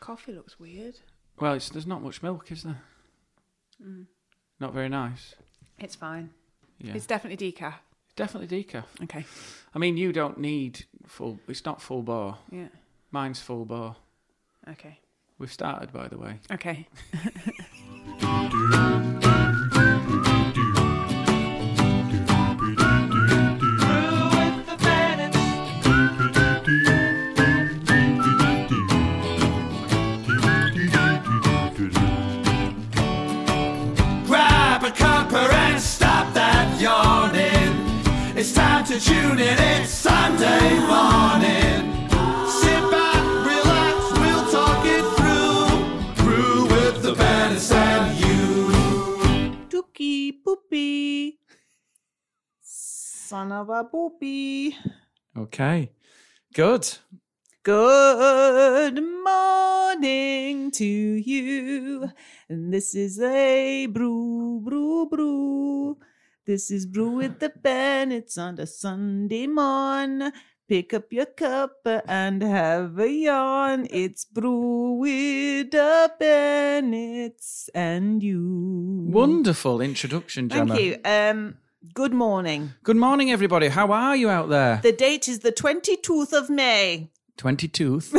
coffee looks weird. Well, it's, there's not much milk, is there? Mm. Not very nice. It's fine. Yeah. It's definitely decaf. Definitely decaf. Okay. I mean, you don't need full. It's not full bar. Yeah. Mine's full bar. Okay. We've started, by the way. Okay. Grab a cuppa and stop that yawning. It's time to tune in, it's Sunday morning. Sit back, relax, we'll talk it through. Brew with the bandits and you. Dookie Poopy. Son of a poopy. Okay. Good. Good morning to you. And this is a brew, brew, brew. This is brew with the pen. It's on a Sunday morn. Pick up your cup and have a yawn. It's brew with the Bennett's and you. Wonderful introduction, Gemma. Thank you. Um, good morning. Good morning, everybody. How are you out there? The date is the 22th of May. 22th.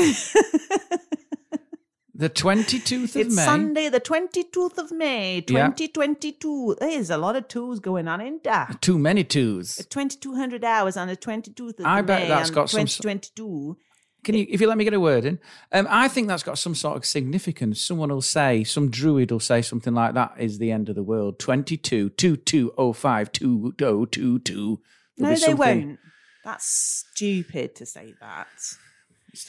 the 22th of It's May. Sunday, the 22th of May, Yeah. 2022. There's a lot of twos going on in that. Too many twos. 2200 hours on the 22th of I bet May that's on got some- 2022. Can you, if you let me get a word in, um, I think that's got some sort of significance. Someone will say, some druid will say something like that is the end of the world. 22, 2205, 2022. There'll No, be they something- won't. That's stupid to say that.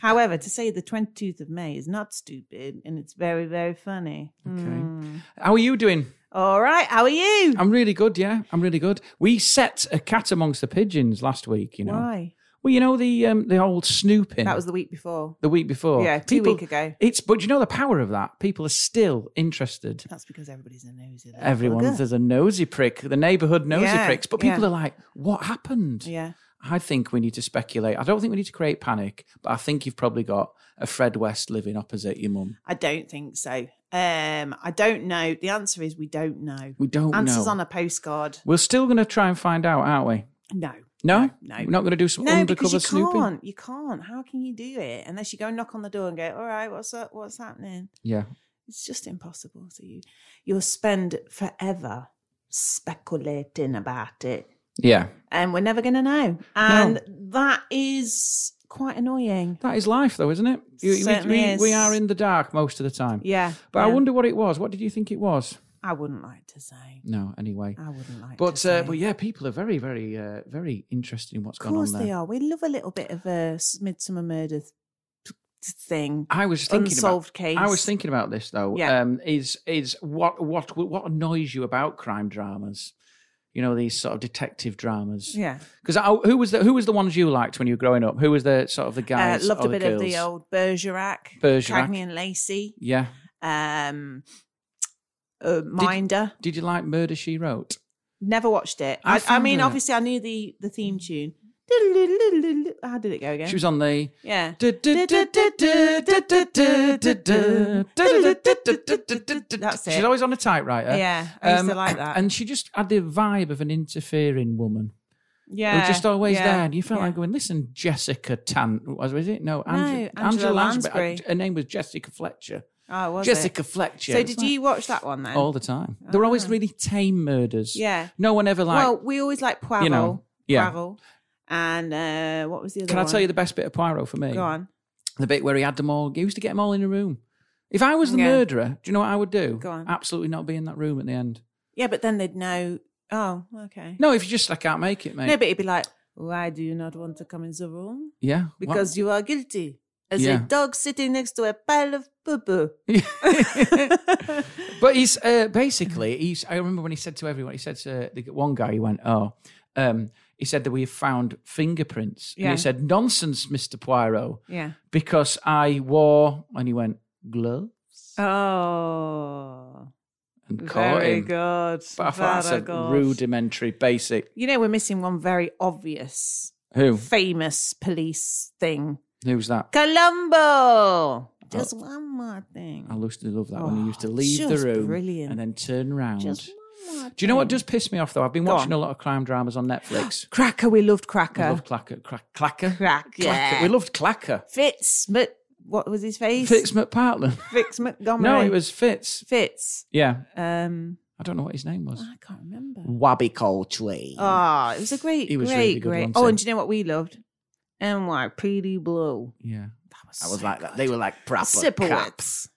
However, to say the 22th of May is not stupid and it's very, very funny. Okay. Hmm. How are you doing? All right, how are you? I'm really good, yeah. I'm really good. We set a cat amongst the pigeons last week, you know. Why? Well, you know the um, the old snooping. That was the week before. the week before. Yeah, two week ago. It's but you know the power of that. People are still interested. That's because everybody's a nosy. little Everyone bugger. there's a nosy prick, the neighbourhood nosy Yeah, pricks. But people yeah. are like, "What happened?" Yeah. I think we need to speculate. I don't think we need to create panic, but I think you've probably got a Fred West living opposite your mum. I don't think so. Um, I don't know. The answer is we don't know. We don't Answers know. on a postcard. We're still going to try and find out, aren't we? No. No, No. we're not going to do some No, because undercover you snooping. can't. You can't. How can you do it unless you go knock on the door and go, "All right, what's up? What's happening?" Yeah, It's just impossible. So you you'll spend forever speculating about it, yeah. and we're never going to know. And that is quite annoying. That is life, though, isn't it? You- we- Certainly we, is. we are in the dark most of the time. Yeah, But I yeah. wonder what it was. What did you think it was? I wouldn't like to say. No, anyway. I wouldn't like. But to say. uh, but yeah, people are very very uh, very interested in what's Of going on course there. they are. We love a little bit of a s- midsummer murder th- th- thing. I was thinking Unsolved about, case. I was thinking about this though. Yeah. Um, is is what what what annoys you about crime dramas? You know these sort of detective dramas. Yeah, Because who was the who was the ones you liked when you were growing up? Who was the sort of the uh, guys? loved or a bit of the girls? old Bergerac, Bergerac. Cagney and Lacey, Yeah. um, uh, Minder. Did you like Murder She Wrote? Never watched it. I I, I, found mean, it- obviously, I knew the the theme tune. How did it go again? She was on the. yeah. That's it. She's always on a typewriter. Um, Yeah, I used to like that. And she just had the vibe of an interfering woman. yeah. who was just always yeah, there. And you felt yeah. like going, listen, Jessica Tan, was was it? No, Ange- Angela Lansbury. Her name was Jessica Fletcher. Oh, was it? Jessica Fletcher. So It's did like- you watch that one then? All the time. They're always Ah. really tame murders. Yeah. No one ever like. well, we always like Poirot. you know, yeah. Poirot. And uh, what was the other Can I one? tell you the best bit of Poirot for me? Go on. The bit where he had them all, he used to get them all in a room. If I was the Yeah. murderer, do you know what I would do? Go on. Absolutely not be in that room at the end. Yeah, but then they'd know. Oh, okay. No, if you just, I can't make it, mate. No, but it'd be like, why do you not want to come in the room? yeah. what? Because you are guilty. As Yeah. a dog sitting next to a pile of poo poo. But he's uh, basically he's. I remember when he said to everyone, he said to the one guy, he went, "Oh," um, he said that we have found fingerprints, and Yeah. he said, "Nonsense, Mister Poirot, Yeah. because I wore," and he went, "Gloves," Oh, and caught very him. good. But I thought that's very a good. rudimentary, basic. You know, we're missing one very obvious, Who? famous police thing. Who's that? Columbo. Just Oh. one more thing. I used to love that when he used to leave the Oh, just room brilliant. and then turn round. Just Do one more. you know what does piss me off though? I've been watching on. a lot of crime dramas on Netflix. Cracker, we loved We Cracker. loved Clacker, crack, Clacker, Cracker. Clacker. We loved Clacker. Fitz, but what was his face? Fitz McPartland. Fitz Montgomery. No, it was Fitz. Fitz. Yeah, Um, I don't know what his name was. I can't remember. Wabby Coltrane. Ah, it was a great, He was great, really good great. one oh, too. and do you know what we loved? NYPD Blue. Yeah. That I was like that. They were like proper cops. Sipowitz.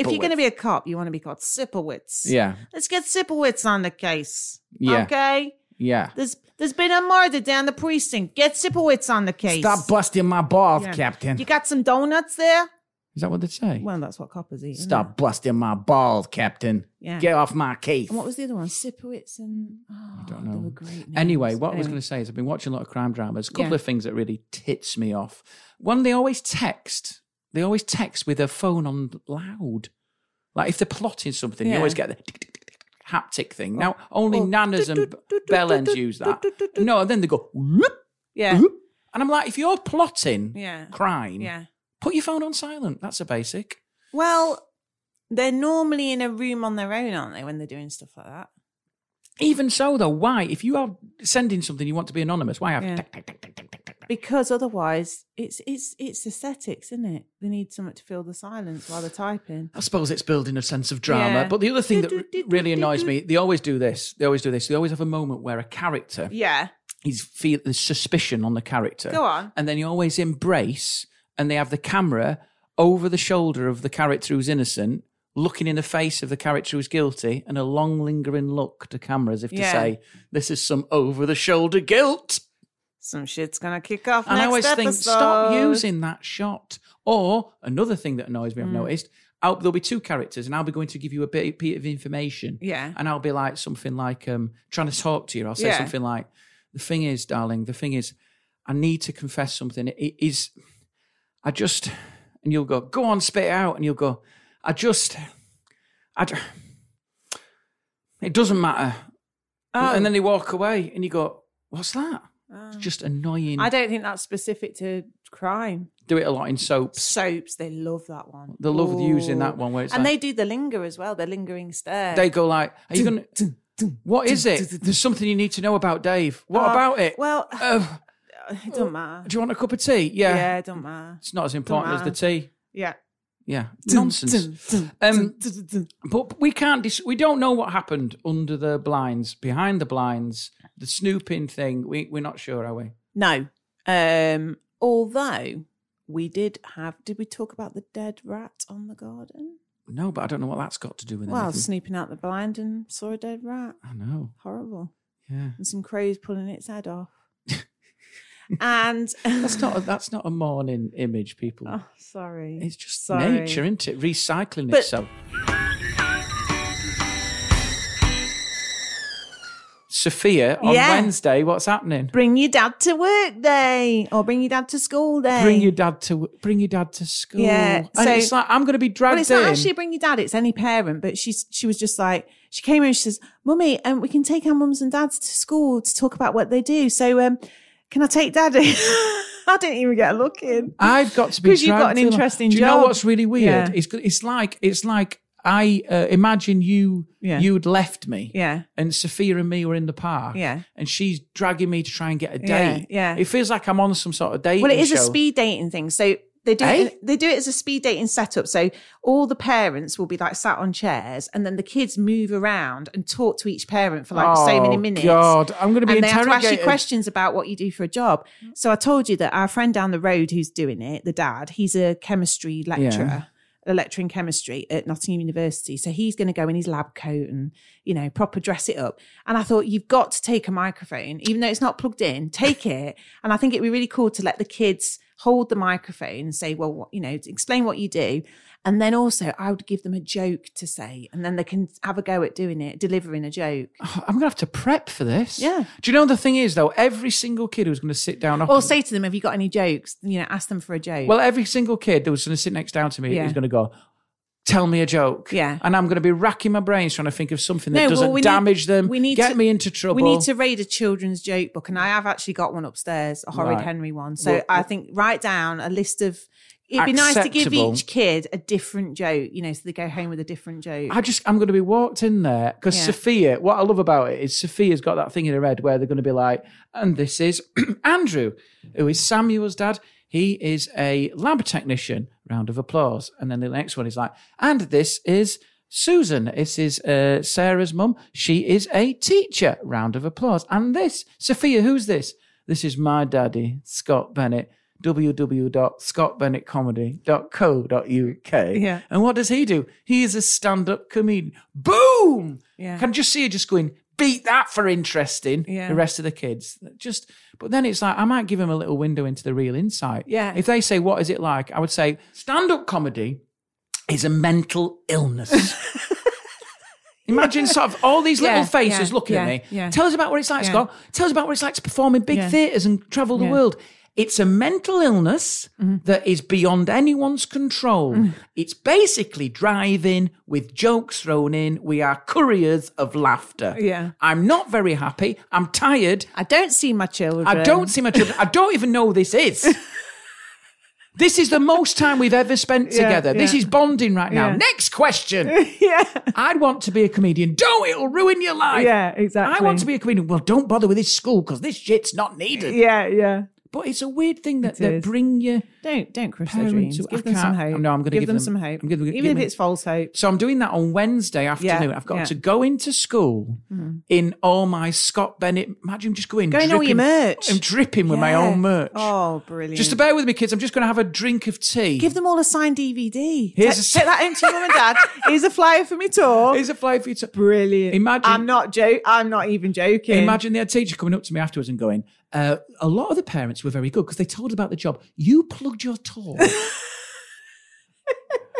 If you're going to be a cop, you want to be called Sipowitz. Yeah. Let's get Sipowitz on the case. Yeah. Okay. Yeah. There's there's been a murder down the precinct. Get Sipowitz on the case. Stop busting my balls, Yeah. Captain. You got some donuts there? Is that what they say? Well, that's what coppers eat. isn't Stop busting my balls, Captain. it? Yeah. Get off my case. and what was the other one? Sipowitz and oh, don't They know. were great names. Anyway, what I was going to say is I've been watching a lot of crime dramas. A couple Yeah. of things that really tits me off. One, they always text. They always text with their phone on loud. Like if they're plotting something, you Yeah. Oh, always get the tick, tick, tick, tick, haptic thing. Now only nanas and bellends use that. No, and then they go whoop, Yeah. whoop. and I'm like, if you're plotting Yeah. crime, Yeah. put your phone on silent. That's a basic. Well, they're normally in a room on their own, aren't they, when they're doing stuff like that? Even so, though, why? If you are sending something, you want to be anonymous. Why have Yeah. tick, tick, tick, tick, tick, tick, tick, tick? Because otherwise, it's it's it's aesthetics, isn't it? They need something to fill the silence while they're typing. I suppose it's building a sense of drama. Yeah. But the other thing that r- really annoys me, they always do this. They always do this. They always have a moment where a character Yeah, is feel the suspicion on the character. go on. And then you always embrace and they have the camera over the shoulder of the character who's innocent, looking in the face of the character who's guilty, and a long lingering look to camera as if Yeah. to say, This is some over the shoulder guilt. Some shit's gonna kick off. And next I always episode. think, stop using that shot. Or another thing that annoys me, Hmm. I've noticed, I'll, there'll be two characters, and I'll be going to give you a bit, bit of information. Yeah. And I'll be like something like, um, trying to talk to you. I'll say Yeah. something like, the thing is, darling, the thing is, I need to confess something. It- it is, I just, and you'll go, go on, spit it out. And you'll go, I just, I, d- it doesn't matter. Oh. And then they walk away, and you go, what's that? It's just annoying. I don't think that's specific to crime. do it a lot in soaps. Soaps, they love that one. They love using that Ooh. one where it's and like, they do the linger as well. The lingering stare. they go like, "Are you going? to What is it? There's something you need to know about Dave. What about it? Well, Uh, it don't matter. do you want a cup of tea? Yeah, Yeah, it don't matter. it's not as important as the tea. Yeah. Yeah, nonsense. Um, but we can't. Dis- we don't know what happened under the blinds, behind the blinds, the snooping thing. We we're not sure, are we? No. Um, although we did have, did we talk about the dead rat on the garden? No, but I don't know what that's got to do with Well, anything. snooping out the blind and saw a dead rat. I know. Horrible. Yeah, And some crows pulling its head off. and that's not. A, that's not a morning image, people. oh, sorry. It's just Sorry. nature, isn't it? Recycling But- itself. Sophia, on Yeah. Wednesday, what's happening? Bring your dad to work day or bring your dad to school day. Bring your dad to bring your dad to school. Yeah, and so- it's like I'm going to be dragged Well, it's not in. actually bring your dad; it's any parent. But she's she was just like she came in. She says, "Mummy, um, we can take our mums and dads to school to talk about what they do. So, um, can I take daddy?" I didn't even get a look in. I've got to be 'Cause you've got dragged an along. interesting Do you know job. what's really weird? Yeah. It's it's like it's like I uh, imagine you Yeah. you'd left me. Yeah, and Sophia and me were in the park. Yeah. And she's dragging me to try and get a Yeah, date. yeah. It feels like I'm on some sort of date. well, it is a speed dating thing. So they do Eh? it, they do it as a speed dating setup. So all the parents will be like sat on chairs, and then the kids move around and talk to each parent for like so many Oh, minutes. God, I'm going to be and they have to ask you interrogated. questions about what you do for a job. So I told you that our friend down the road who's doing it, the dad, he's a chemistry lecturer, a lecturer in chemistry at Nottingham University. So he's going to go in his lab coat and, you know, proper dress it up. And I thought, you've got to take a microphone, even though it's not plugged in, take it. And I think it'd be really cool to let the kids hold the microphone and say, well, what, you know, explain what you do. And then also, I would give them a joke to say, and then they can have a go at doing it, delivering a joke. I'm going to have to prep for this. Yeah. Do you know the thing is though? Every single kid who's going to sit down. Or opposite- say to them, have you got any jokes? You know, ask them for a joke. well, every single kid that was going to sit next down to me Yeah. is going to go. Tell me a joke. Yeah. And I'm going to be racking my brains trying to think of something that No, well, doesn't we need- damage them. we need get to- me into trouble. we need to raid a children's joke book, and I have actually got one upstairs, a Horrid Right. Henry one. So Well- I think write down a list of It'd be nice to give acceptable. each kid a different joke, you know, so they go home with a different joke. I just I'm going to be walked in there because Yeah. Sophia. What I love about it is Sophia's got that thing in her head where they're going to be like, and this is Andrew, who is Samuel's dad. He is a lab technician. Round of applause. And then the next one is like, and this is Susan. This is uh, Sarah's mum. She is a teacher. Round of applause. And this Sophia. Who's this? This is my daddy, Scott Bennett. www.scottbennettcomedy.co.uk. Yeah. And what does he do? He is a stand up comedian. Boom! Yeah. Can just see you just going, beat that for interesting. Yeah. The rest of the kids. Just, but then it's like, I might give him a little window into the real insight. Yeah. If they say, what is it like? I would say, stand up comedy is a mental illness. Imagine sort of all these little Yeah, faces yeah, looking at yeah, me. yeah. Tell us about what it's like, Yeah. Scott. Tell us about what it's like to perform in big Yeah. theatres and travel the Yeah. Mm-hmm. world. It's a mental illness that is beyond anyone's control. Mm. It's basically driving with jokes thrown in. We are couriers of laughter. Yeah. I'm not very happy. I'm tired. I don't see my children. I don't see my children. I don't even know who this is. This is the most time we've ever spent together. This yeah. is bonding right now. Yeah. Next question. yeah. I'd want to be a comedian. Don't, it'll ruin your life. Yeah, exactly. I want to be a comedian. Well, don't bother with this school because this shit's not needed. Yeah, yeah. But it's a weird thing that, It that is. bring you. Don't don't crush Parents their dreams. who- I Give them some can't- hope. no, I'm gonna give them, them- some hope. I'm gonna give Even if them- it's false hope. So I'm doing that on Wednesday afternoon. I've got yeah. Hmm. to go into school in all my Scott Bennett. Imagine just going Going all your dripping- merch. I'm dripping with my Yeah. own merch. Oh, brilliant! Just to bear with me, kids. I'm just going to have a drink of tea. give them all a signed DVD. Here's take, a- take that home to your mum and dad. Here's a flyer for me tour. Here's a flyer for you to. brilliant. Imagine- I'm not joke. I'm not even joking. Imagine their teacher coming up to me afterwards and going, uh, a lot of the parents were very good because they told about the job. You plugged your tour.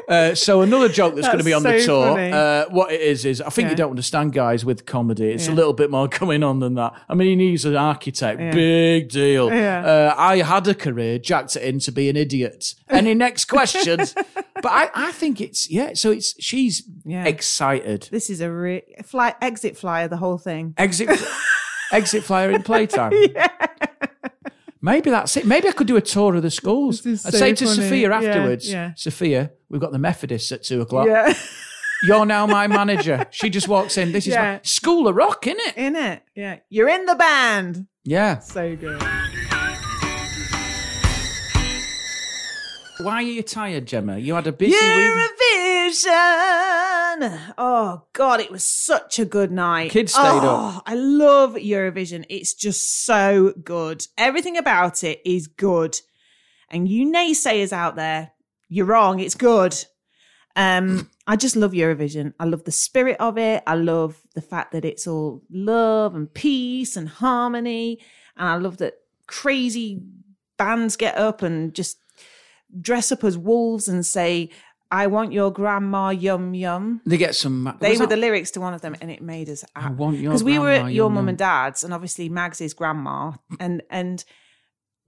Uh, so another joke that's, going to be on the That's so tour. funny. Uh, what it is is, I think you Yeah. don't understand, guys, with comedy. It's a Yeah. little bit more going on than that. I mean, he's an architect, Yeah. big deal. Yeah. Uh, I had a career, jacked it in to be an idiot. Any next questions? but I, I think it's yeah. So it's she's Yeah. excited. This is a re- fly exit flyer. The whole thing. Exit exit flyer in playtime. Maybe that's it. Maybe I could do a tour of the schools. This is I'd so say to funny. Sophia Yeah, afterwards, yeah. Sophia, we've got the Methodists at two o'clock. Yeah, You're now my manager. She just walks in. This is Yeah. my school of rock, isn't it? in it. Yeah, you're in the band. Yeah. So good. Why are you tired, Gemma? You had a busy week. Eurovision. Oh God, it was such a good night. Kids stayed oh, I love Eurovision. It's just so good. Everything about it is good. And you naysayers out there, you're wrong. It's good. Um, I just love Eurovision. I love the spirit of it. I love the fact that it's all love and peace and harmony. And I love that crazy bands get up and just dress up as wolves and say, I want your grandma yum yum. They get some. They was were that- the lyrics to one of them, and it made us. I want your because we were grandma at your yum mum yum. and dad's, and obviously Mags is grandma, and and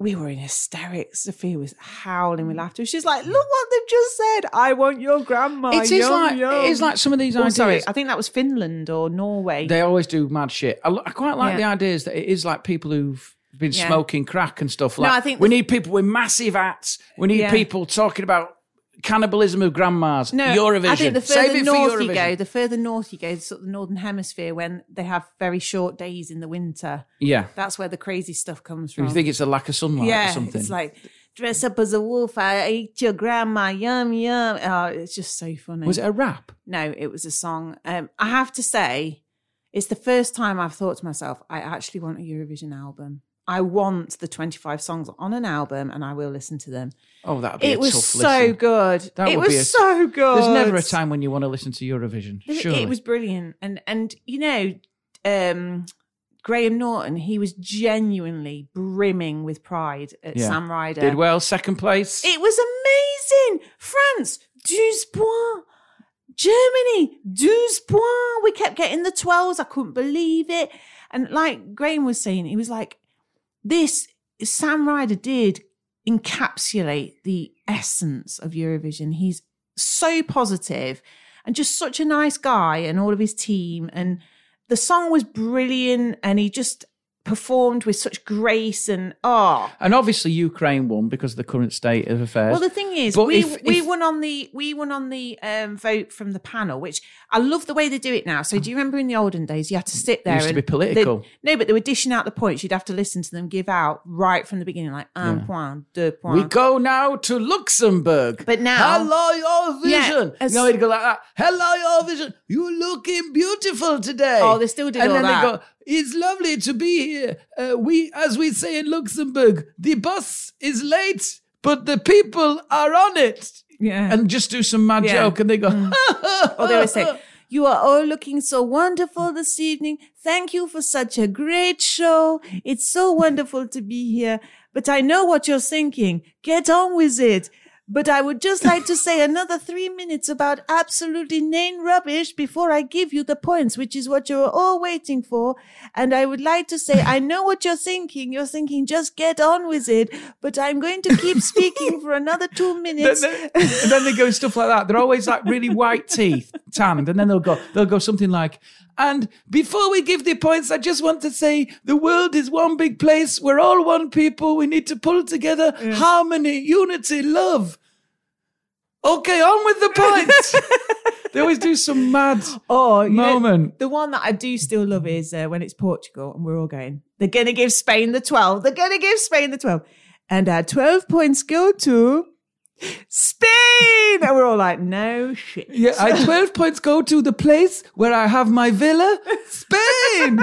we were in hysterics. Sophia was howling Mm. with laughter. She's like, "Look what they've just said! I want your grandma." It is yum, like yum." it is like some of these Oh, ideas. sorry, I think that was Finland or Norway. They always do mad shit. I, li- I quite like Yeah. the ideas that it is like people who've been Yeah. smoking crack and stuff like. I think we the- need people with massive hats. We need Yeah. people talking about cannibalism of grandmas. no, Eurovision. I think the Save further it for north you Eurovision. go, the further north you go, sort of the northern hemisphere, when they have very short days in the winter, Yeah, that's where the crazy stuff comes from. you think it's a lack of sunlight or something? It's like dress up as a wolf. I ate your grandma. Yum yum. Oh, it's just so funny. was it a rap? no, it was a song. Um, I have to say, it's the first time I've thought to myself, I actually want a Eurovision album. I want the 25 songs on an album, and I will listen to them. Oh, that'd be a It was tough so listen. good. That it would was be a- so good. There's never a time when you want to listen to Eurovision. It- Surely. It was brilliant. And and you know, um Graham Norton, he was genuinely brimming with pride at Yeah. Sam Ryder. Did well, second place. It was amazing. France, 12 points. Germany, 12 points. We kept getting the 12s. I couldn't believe it. And like Graham was saying, he was like, this, Sam Ryder did encapsulate the essence of Eurovision. He's so positive and just such a nice guy and all of his team. And the song was brilliant and he just performed with such grace and oh. And obviously, Ukraine won because of the current state of affairs. Well, the thing is, But we if- we if- won on the we won on the um, vote from the panel, which I love the way they do it now. So, do you remember in the olden days, you had to sit there used to and be political. they'd- No, but they were dishing out the points. You'd have to listen to them give out right from the beginning, like un point, deux we point. go now to Luxembourg. But now- hello, your Yeah, vision. as- no, it'd go like that. Hello, your vision. You looking beautiful today. Oh, they still did And all then that. they go, it's lovely to be here. Uh, we, as we say in Luxembourg, the bus is late, but the people are on it. yeah. And just do some mad Yeah. Mm. joke, and they go. or they always say, "You are all looking so wonderful this evening. Thank you for such a great show. It's so wonderful to be here. But I know what you're thinking. Get on with it." But I would just like to say another three minutes about absolutely inane rubbish before I give you the points, which is what you're all waiting for. And I would like to say, I know what you're thinking. You're thinking, just get on with it. But I'm going to keep speaking for another two minutes. then, and then they go and stuff like that. They're always like really white teeth, tanned, and then they'll go they'll go something like, and before we give the points, I just want to say the world is one big place. We're all one people. We need to pull together harmony, unity, love. Okay, on with the points. they always do some mad Oh, you know, moment. The one that I do still love is uh, when it's Portugal and we're all going, they're going to give Spain the 12. They're going to give Spain the 12. And our 12 points go to Spain. And we're all like, no shit. Yeah, I twelve points go to the place where I have my villa, Spain.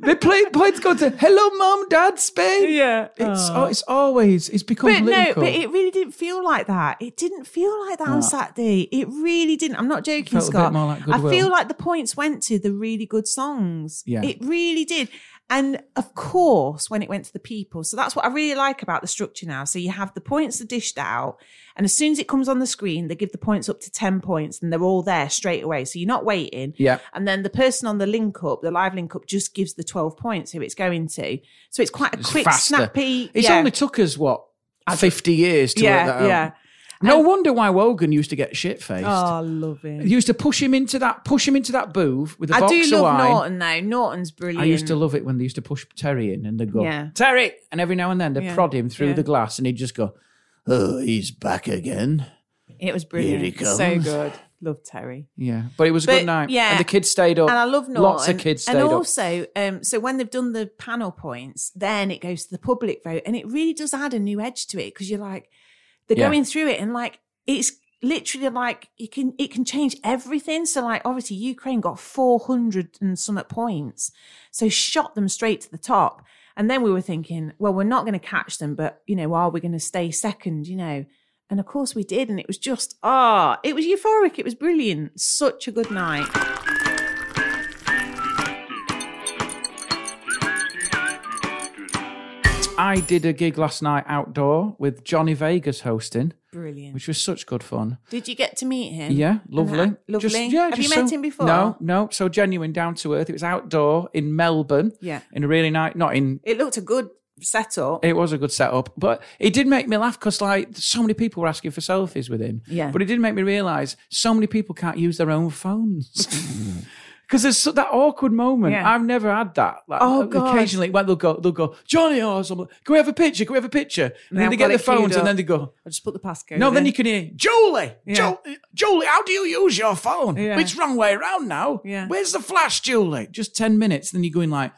the play, points go to hello, mom, dad, Spain. Yeah. It's oh, it's always it's become But no, political. but it really didn't feel like that. It didn't feel like that on Saturday. It really didn't. I'm not joking, felt a bit Scott. more like I Goodwill. feel like the points went to the really good songs. Yeah. It really did. And of course, when it went to the people. So that's what I really like about the structure now. So you have the points are dished out. And as soon as it comes on the screen, they give the points up to 10 points and they're all there straight away. So you're not waiting. Yeah. And then the person on the link up, the live link up, just gives the 12 points who it's going to. So it's quite a quick, snappy. It's yeah. only took us what fifty years to yeah, work that out. yeah. No wonder why Wogan used to get shit faced. Oh, I love it. Used to push him into that push him into that booth with a I box do of love wine. Norton though. Norton's brilliant. I used to love it when they used to push Terry in and they go Yeah. Terry, and every now and then they Yeah, prod him through yeah. the glass, and he'd just go, "Oh, he's back again." It was brilliant. Here he So comes. good. Love Terry. Yeah, but it was a But, good night. yeah. and the kids stayed up. And I love Norton. Lots of kids stayed And up. also, um, so when they've done the panel points, then it goes to the public vote, and it really does add a new edge to it because you're like, they're Yeah. going through it, and like it's literally like you can it can change everything. So like obviously Ukraine got four hundred and some at points, so shot them straight to the top. And then we were thinking, well, we're not going to catch them, but you know, are we going to stay second? You know. And of course we did, and it was just ah, it was euphoric. It was brilliant. Such a good night. I did a gig last night outdoor with Johnny Vegas hosting, Brilliant. which was such good fun. Did you get to meet him? Yeah, And lovely. ha- lovely. Just- yeah, Have just you met so- him before? No, no. So genuine, down to earth. It was outdoor in Melbourne. Yeah. In a really nice, not in. It looked a good setup. It was a good setup, but it did make me laugh because like so many people were asking for selfies with him. Yeah. But it did make me realise so many people can't use their own phones. Because there's so, that awkward moment. Yeah. I've never had that. Like, Oh, God. Occasionally, well, they'll go, they'll go, Johnny or something. Can we have a picture? Can we have a picture? And then I've they get got their it queued phones, up. and then they go, I just put the passcode. No, in. then you can hear Julie. Yeah. Jo- Julie, how do you use your phone? Yeah. It's wrong way around now. Yeah. Where's the flash, Julie? Just ten minutes, then you're going like,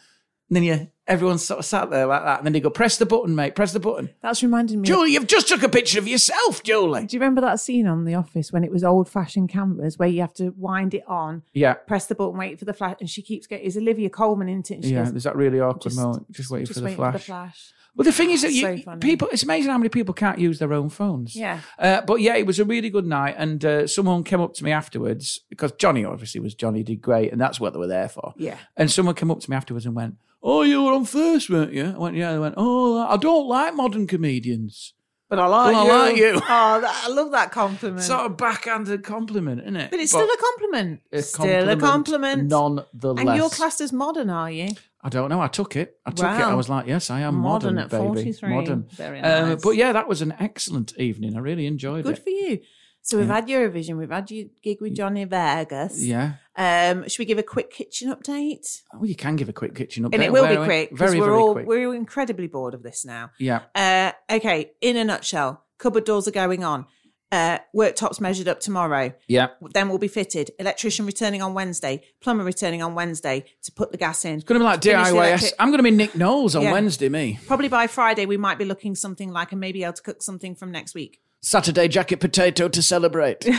and then you everyone's sort of sat there like that, and then they go, press the button, mate, press the button. That's reminded me. of- Julie, you've just took a picture of yourself, Julie. do you remember that scene on The Office when it was old-fashioned cameras where you have to wind it on, Yeah, press the button, wait for the flash, and she keeps getting. Is Olivia Coleman into it? And she yeah. goes, There's that really awkward just, moment, just waiting for the waiting flash. for the flash. Well, the thing is that So you, funny. people, it's amazing how many people can't use their own phones. Yeah. Uh, but yeah, it was a really good night. And uh, someone came up to me afterwards because Johnny obviously was Johnny did great. And that's what they were there for. Yeah. And someone came up to me afterwards and went, Oh, you were on first, weren't you? I went, Yeah. They went, Oh, I don't like modern comedians. But I like But I you. like you. Oh, that, I love that compliment. Sort of backhanded compliment, isn't it? but it's still a compliment. still a compliment compliment. Nonetheless. and you're classed as modern, are you? I don't know. I took it. I took it. Wow. I was like, yes, I am modern, Modern at baby. 43. Modern. Very Uh, nice. but yeah, that was an excellent evening. I really enjoyed Good it. for you. So we've had Eurovision, we've had your gig with Johnny Vegas. Yeah. Um, should we give a quick kitchen update? Oh, you can give a quick kitchen update. And it will be Very, quick because Very, we're very all quick. we're incredibly bored of this now. Yeah. Uh, okay, in a nutshell, cupboard doors are going on. Uh, worktops measured up tomorrow. Yeah. Then we'll be fitted. Electrician returning on Wednesday. Plumber returning on Wednesday to put the gas in. It's going to be like Finish the DIY. electric- I'm going to be Nick Knowles on Yeah. Wednesday, me. Probably by Friday, we might be looking something like and maybe able to cook something from next week. Saturday jacket potato to celebrate.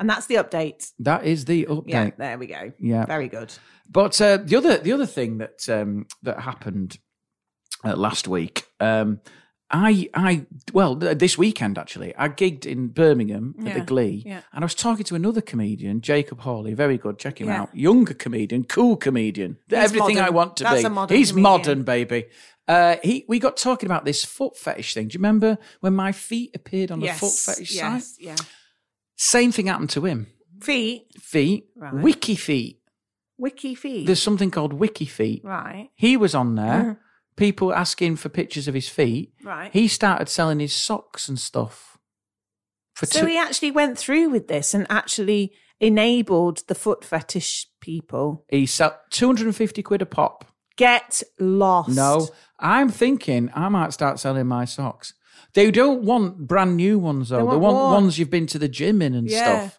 And that's the update. that is the update. Yeah, Yeah. there we go. Very good. But uh, the other the other thing that um, that happened uh, last week, um, I I well th- this weekend actually, I gigged in Birmingham at the Yeah, Glee, yeah. and I was talking to another comedian, Jacob Hawley, very good, check him Yeah. out, younger comedian, cool comedian, everything I modern. want to That's be. a modern He's comedian. modern, baby. Uh, he we got talking about this foot fetish thing. Do you remember when my feet appeared on the foot fetish site? yes, yeah. Same thing happened to him. Feet, Feet, Right. wiki feet. Wiki feet. There's something called wiki feet. right. He was on Mm-hmm. there. People asking for pictures of his feet. Right. He started selling his socks and stuff. For So two- he actually went through with this and actually enabled the foot fetish people. he sold 250 quid a pop. Get lost. No, I'm thinking I might start selling my socks. They don't want brand new ones though. They want, want worn. ones you've been to the gym in and Yeah. stuff.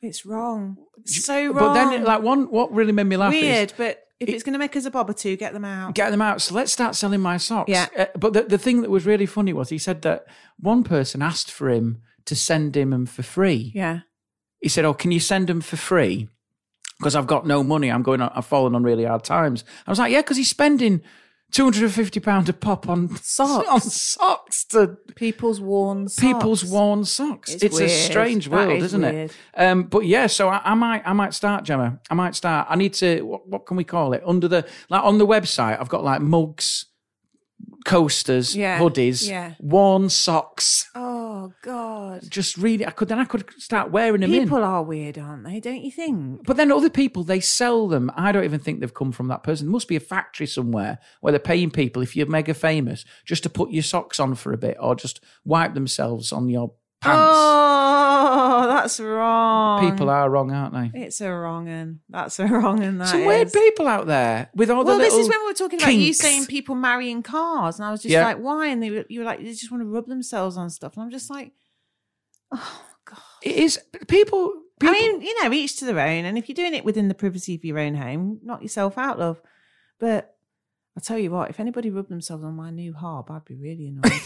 It's wrong. It's so But wrong. then, like one, what really made me laugh is weird, but if it's going to make us a bob or two, get them out. get them out. So let's start selling my socks. Yeah. Uh, but the, the thing that was really funny was he said that one person asked for him to send him them for free. Yeah. He said, "Oh, can you send them for free? Because I've got no money. I'm going. On, I've fallen on really hard times." I was like, "Yeah, because he's spending." Two hundred and fifty pound a pop on Socks. on socks to People's worn socks. people's worn socks. It's, It's a weird. strange That world, is isn't weird. it? Um, but yeah, so I, I might, I might start, Gemma. I might start. I need to. What, what can we call it? Under the like on the website, I've got like mugs, coasters, Yeah, hoodies, yeah. worn socks. Oh God. Just really, I could then I could start wearing them in. People are weird, aren't they? Don't you think? But then other people, they sell them. I don't even think they've come from that person. There must be a factory somewhere where they're paying people, if you're mega famous, just to put your socks on for a bit or just wipe themselves on your pants. Oh, that's wrong. People are wrong, aren't they? It's a wrong un. That's a wrong un. That Some weird is. people out there with all the Well, this is little when we were talking about you kinks. saying people marrying cars, and I was just Yeah. like, why? And they were, you were like, they just want to rub themselves on stuff, and I'm just like, oh god. It is people. people I mean, you know, each to their own, and if you're doing it within the privacy of your own home, knock yourself out, love. But I tell you what, if anybody rubbed themselves on my new hob, I'd be really annoyed.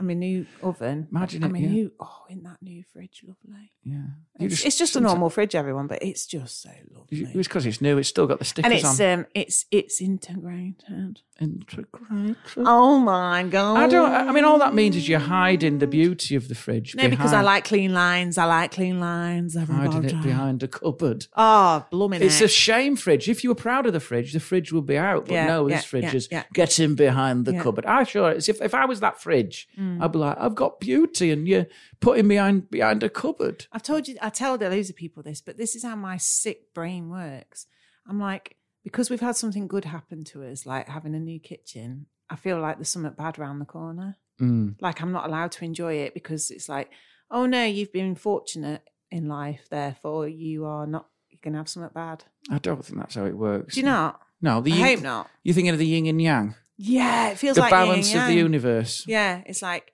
I mean, new oven. Imagine I it, mean, yeah. new oh, in that new fridge, lovely. yeah. You It's it's just, a sometimes- normal fridge, everyone, but it's just so lovely. It's because it's new. It's still got the stickers and it's on. um, it's it's integrated. Integrated. Oh my god! I don't. I mean, all that means is you're hiding the beauty of the fridge. no, because I behind- like clean lines. I like clean lines. I hiding it behind a cupboard. Oh, blooming! It's heck. a shame, fridge. If you were proud of the fridge, the fridge would be out. But Yeah, no, yeah, this fridge yeah, is yeah. getting behind the Yeah. Mm. cupboard. I sure it's if, if I was that fridge, I'd be like, I've got beauty, and you're putting behind behind a cupboard. I've told you, I tell the loads of people this, but this is how my sick brain works. I'm like, because we've had something good happen to us, like having a new kitchen, I feel like there's something bad round the corner. Mm. Like I'm not allowed to enjoy it because it's like, oh no, you've been fortunate in life, therefore you are not, you're going to have something bad. I don't think that's how it works. Do you not? No, the I yin, hope not. you're thinking of the yin and yang, Yeah, it feels the like yin and balance of the yang. universe. Yeah, it's like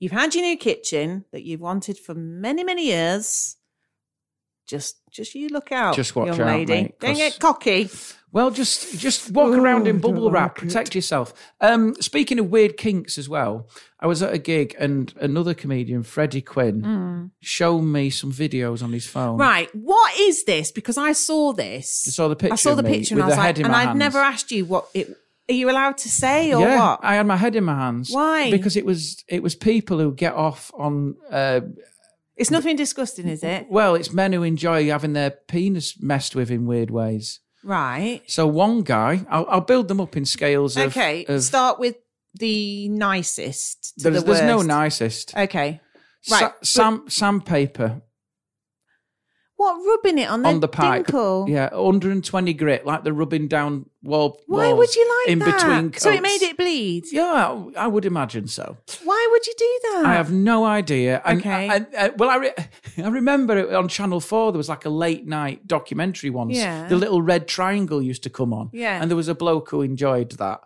you've had your new kitchen that you've wanted for many, many years. Just, just you look out, Just watch young out, lady. mate, Don't 'cause- get cocky. Well, just just walk around in bubble wrap, protect yourself. Um, speaking of weird kinks as well, I was at a gig and another comedian, Freddie Quinn, Mm. showed me some videos on his phone. Right, what is this? Because I saw this. I saw the picture. I saw of the me picture, with and I was the like, head in and my I'd hands. never asked you what it. Are you allowed to say or yeah, what? I had my head in my hands. Why? Because it was it was people who get off on. Uh, it's nothing disgusting, is it? well, it's men who enjoy having their penis messed with in weird ways. Right. So one guy, I'll, I'll build them up in scales. Of, okay. of- start with the nicest. To there's, the there's no worst. Uh, nicest. Okay. Sa- right, but- sam, sandpaper. What rubbing it on the, on the pipe. dimple? Yeah, 120 grit, like the rubbing down wall. Why walls would you like in that? between? Coats. So it made it bleed. Yeah, I would imagine so. Why would you do that? I have no idea. And, Ah. Okay. and, uh, well, I, re- I remember it on Channel 4, there was like a late night documentary once. Yeah. The little red triangle used to come on. Yeah. And there was a bloke who enjoyed that.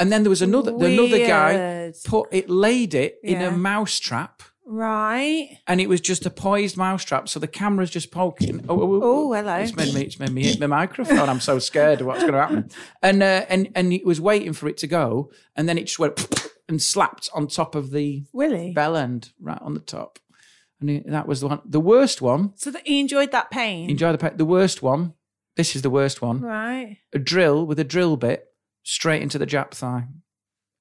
And then there was another another guy Weird. put it laid it in Yeah. a mouse trap right. and it was just a poised mousetrap. So the camera's just poking. Oh, oh, Oh, hello. It's made me. It's made me hit my microphone. I'm so scared of what's going to happen. And uh, and and it was waiting for it to go, and then it just went and slapped on top of the Willie. bell end, right on the top. And it- that was the one. The worst one. So that he enjoyed that pain. Enjoy the pa- the worst one. This is the worst one. right. A drill with a drill bit straight into the jap thigh,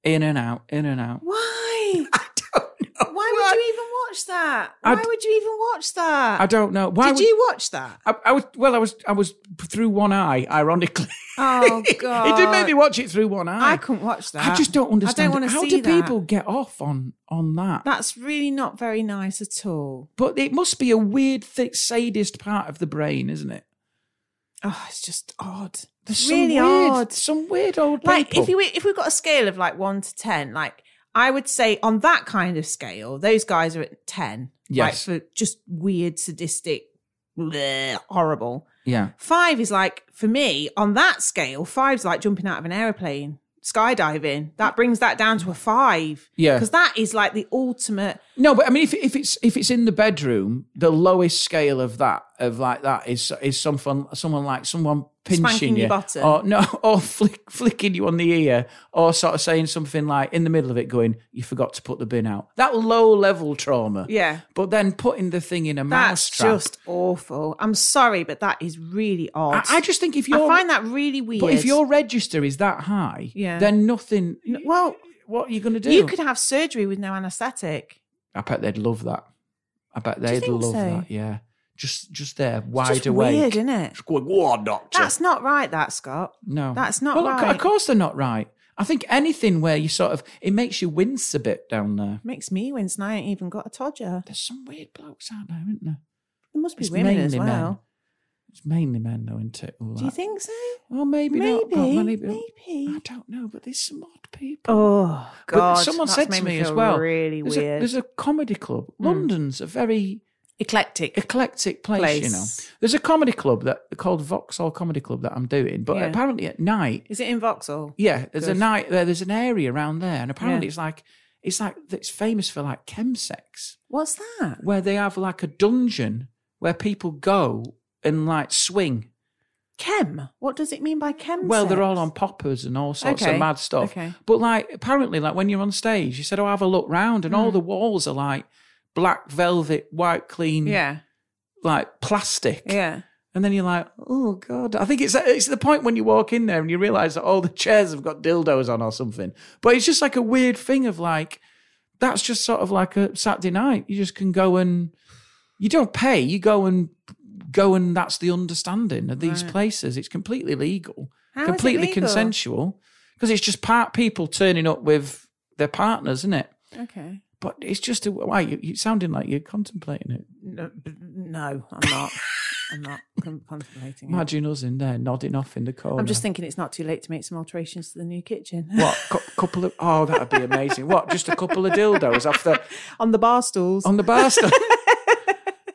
in and out, in and out. Why? I don't know. Why would you even watch that? Why I'd- would you even watch that? I don't know. Why Did would- you watch that? I, I was well. I was I was through one eye. Ironically, Oh god. it did make me watch it through one eye. I couldn't watch that. I just don't understand. I don't it. want to How see do that. people get off on on that? That's really not very nice at all. But it must be a weird, thick, sadist part of the brain, isn't it? Oh, it's just odd. There's really some weird, odd. some weird old Like people. if you e, if we've got a scale of like one to ten, like I would say on that kind of scale, those guys are at ten. Yes. Like for just weird, sadistic, bleh, horrible. yeah, Five is like for me on that scale. Five's like jumping out of an airplane, skydiving. That brings that down to a five. Yeah. because that is like the ultimate. no, but I mean, if if it's if it's in the bedroom, the lowest scale of that of like that is is someone someone like someone pinching Spanking you, your bottom. or no, or flick, flicking you on the ear, or sort of saying something like in the middle of it, going, "You forgot to put the bin out." That low level trauma. Yeah. But then putting the thing in a That's mouse trap. just awful. I'm sorry, but that is really odd. I, I just think if I you're find that really weird. But if your register is that high, Yeah. then nothing. well, What are you going to do? you could have surgery with no anaesthetic. I bet they'd love that. I bet they'd think love so? that. Yeah, just just there, wide It's just awake. weird, isn't it? Good one, doctor. That's not right, that Scott. No, That's not Well, of co- right. of course they're not right. I think anything where you sort of it makes you wince a bit down there. Makes me wince, and I ain't even got a todger. There's some weird blokes out there, isn't there? There must be It's women mainly as well. men. It's mainly men though, isn't it? All Do you that. think so? Well, maybe, not. but Maybe, many people- maybe. I don't know, but there's some odd people. Oh But God! someone that's said made to me as feel well. Really there's, A, weird. Hmm. there's a comedy club. London's a very Eclectic. eclectic place, You know, Place. there's a comedy club that called Vauxhall Comedy Club that I'm doing, but Yeah. apparently at night, Is it in Vauxhall? yeah, there's a Good. night there, there's an area around there, and apparently Yeah. it's like it's like it's famous for like chemsex, What's that? where they have like a dungeon where people go and like swing. Chem. What does it mean by chem? Well, they're sex? all on poppers and all sorts Okay, of mad stuff. okay. But like apparently, like when you're on stage, you said, "Oh, have a look round," and all Hmm. the walls are like black velvet, white clean, Yeah. like plastic, Yeah. And then you're like, oh god, I think it's it's the point when you walk in there and you realize that all the chairs have got dildos on or something. But it's just like a weird thing of like, that's just sort of like a Saturday night. You just can go and you don't pay. You go and go and that's the understanding of these places. It's completely legal, How is it completely legal? consensual, because it's just part people turning up with their partners, isn't it? Okay. But it's just a why you, you sounding like you're contemplating it. No, b- no I'm not. I'm not con- contemplating it. Imagine us in there nodding off in the corner. I'm just thinking it's not too late to make some alterations to the new kitchen. What cou- couple of? Oh, that'd be amazing. What? Just a couple of dildos off the on the bar stools. on the bar stand.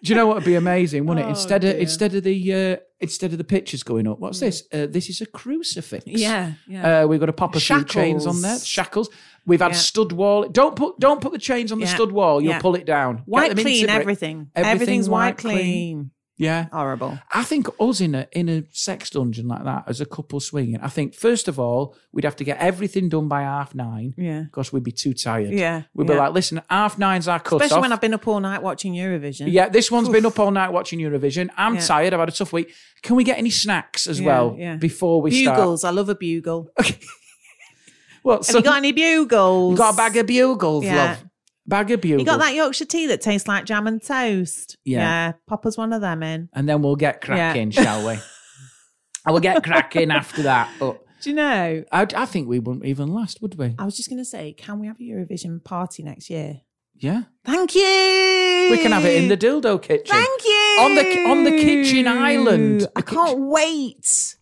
Do you know what would be amazing, wouldn't it? Instead of Oh, dear. instead of the uh, instead of the pictures going up, what's this? Uh, this is a crucifix. yeah. Yeah. Uh, we've got to pop a few chains on there, Shackles. shackles. We've had Yeah. stud wall. Don't put don't put the chains on the Yeah. stud wall. You'll Yeah. pull it down. Get white them in clean. separate- Everything. Everything Everything's white, white clean. clean. Oh. Yeah, Horrible. I think us in a in a sex dungeon like that as a couple swinging. I think first of all we'd have to get everything done by half nine. Yeah. because we'd be too tired. Yeah, we'd be yeah. like, listen, half nine's our cut Especially off. when I've been up all night watching Eurovision. yeah, this one's been up all night watching Eurovision. I'm Yeah. tired. I've had a tough week. Can we get any snacks as Yeah, well yeah. before we start? Bugles. I love a bugle. Have Well, so you got any bugles? you got a bag of bugles, Yeah. love. Bag of bugles. You got that Yorkshire tea that tastes like jam and toast. Yeah. Pop us one of them in. And then we'll get cracking, shall we? I will get cracking after that. But Do you know? I, I think we wouldn't even last, would we? I was just going to say, can we have a Eurovision party next year? Yeah. Thank you. you. We can have it in the dildo kitchen. Thank you. On the on the kitchen island. I The can't wait.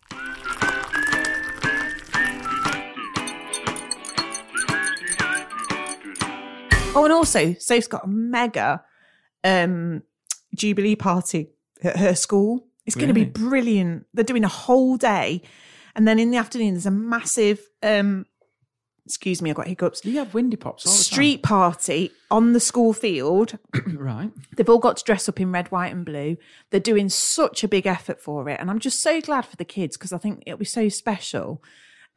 Oh, and also, Safe's got a mega um, Jubilee party at her school. It's going to Really? be brilliant. They're doing a whole day. And then in the afternoon, there's a massive, um, excuse me, I've got hiccups, You have windy pops all the street party on the school field. time. Right. They've all got to dress up in red, white, and blue. They're doing such a big effort for it. And I'm just so glad for the kids because I think it'll be so special.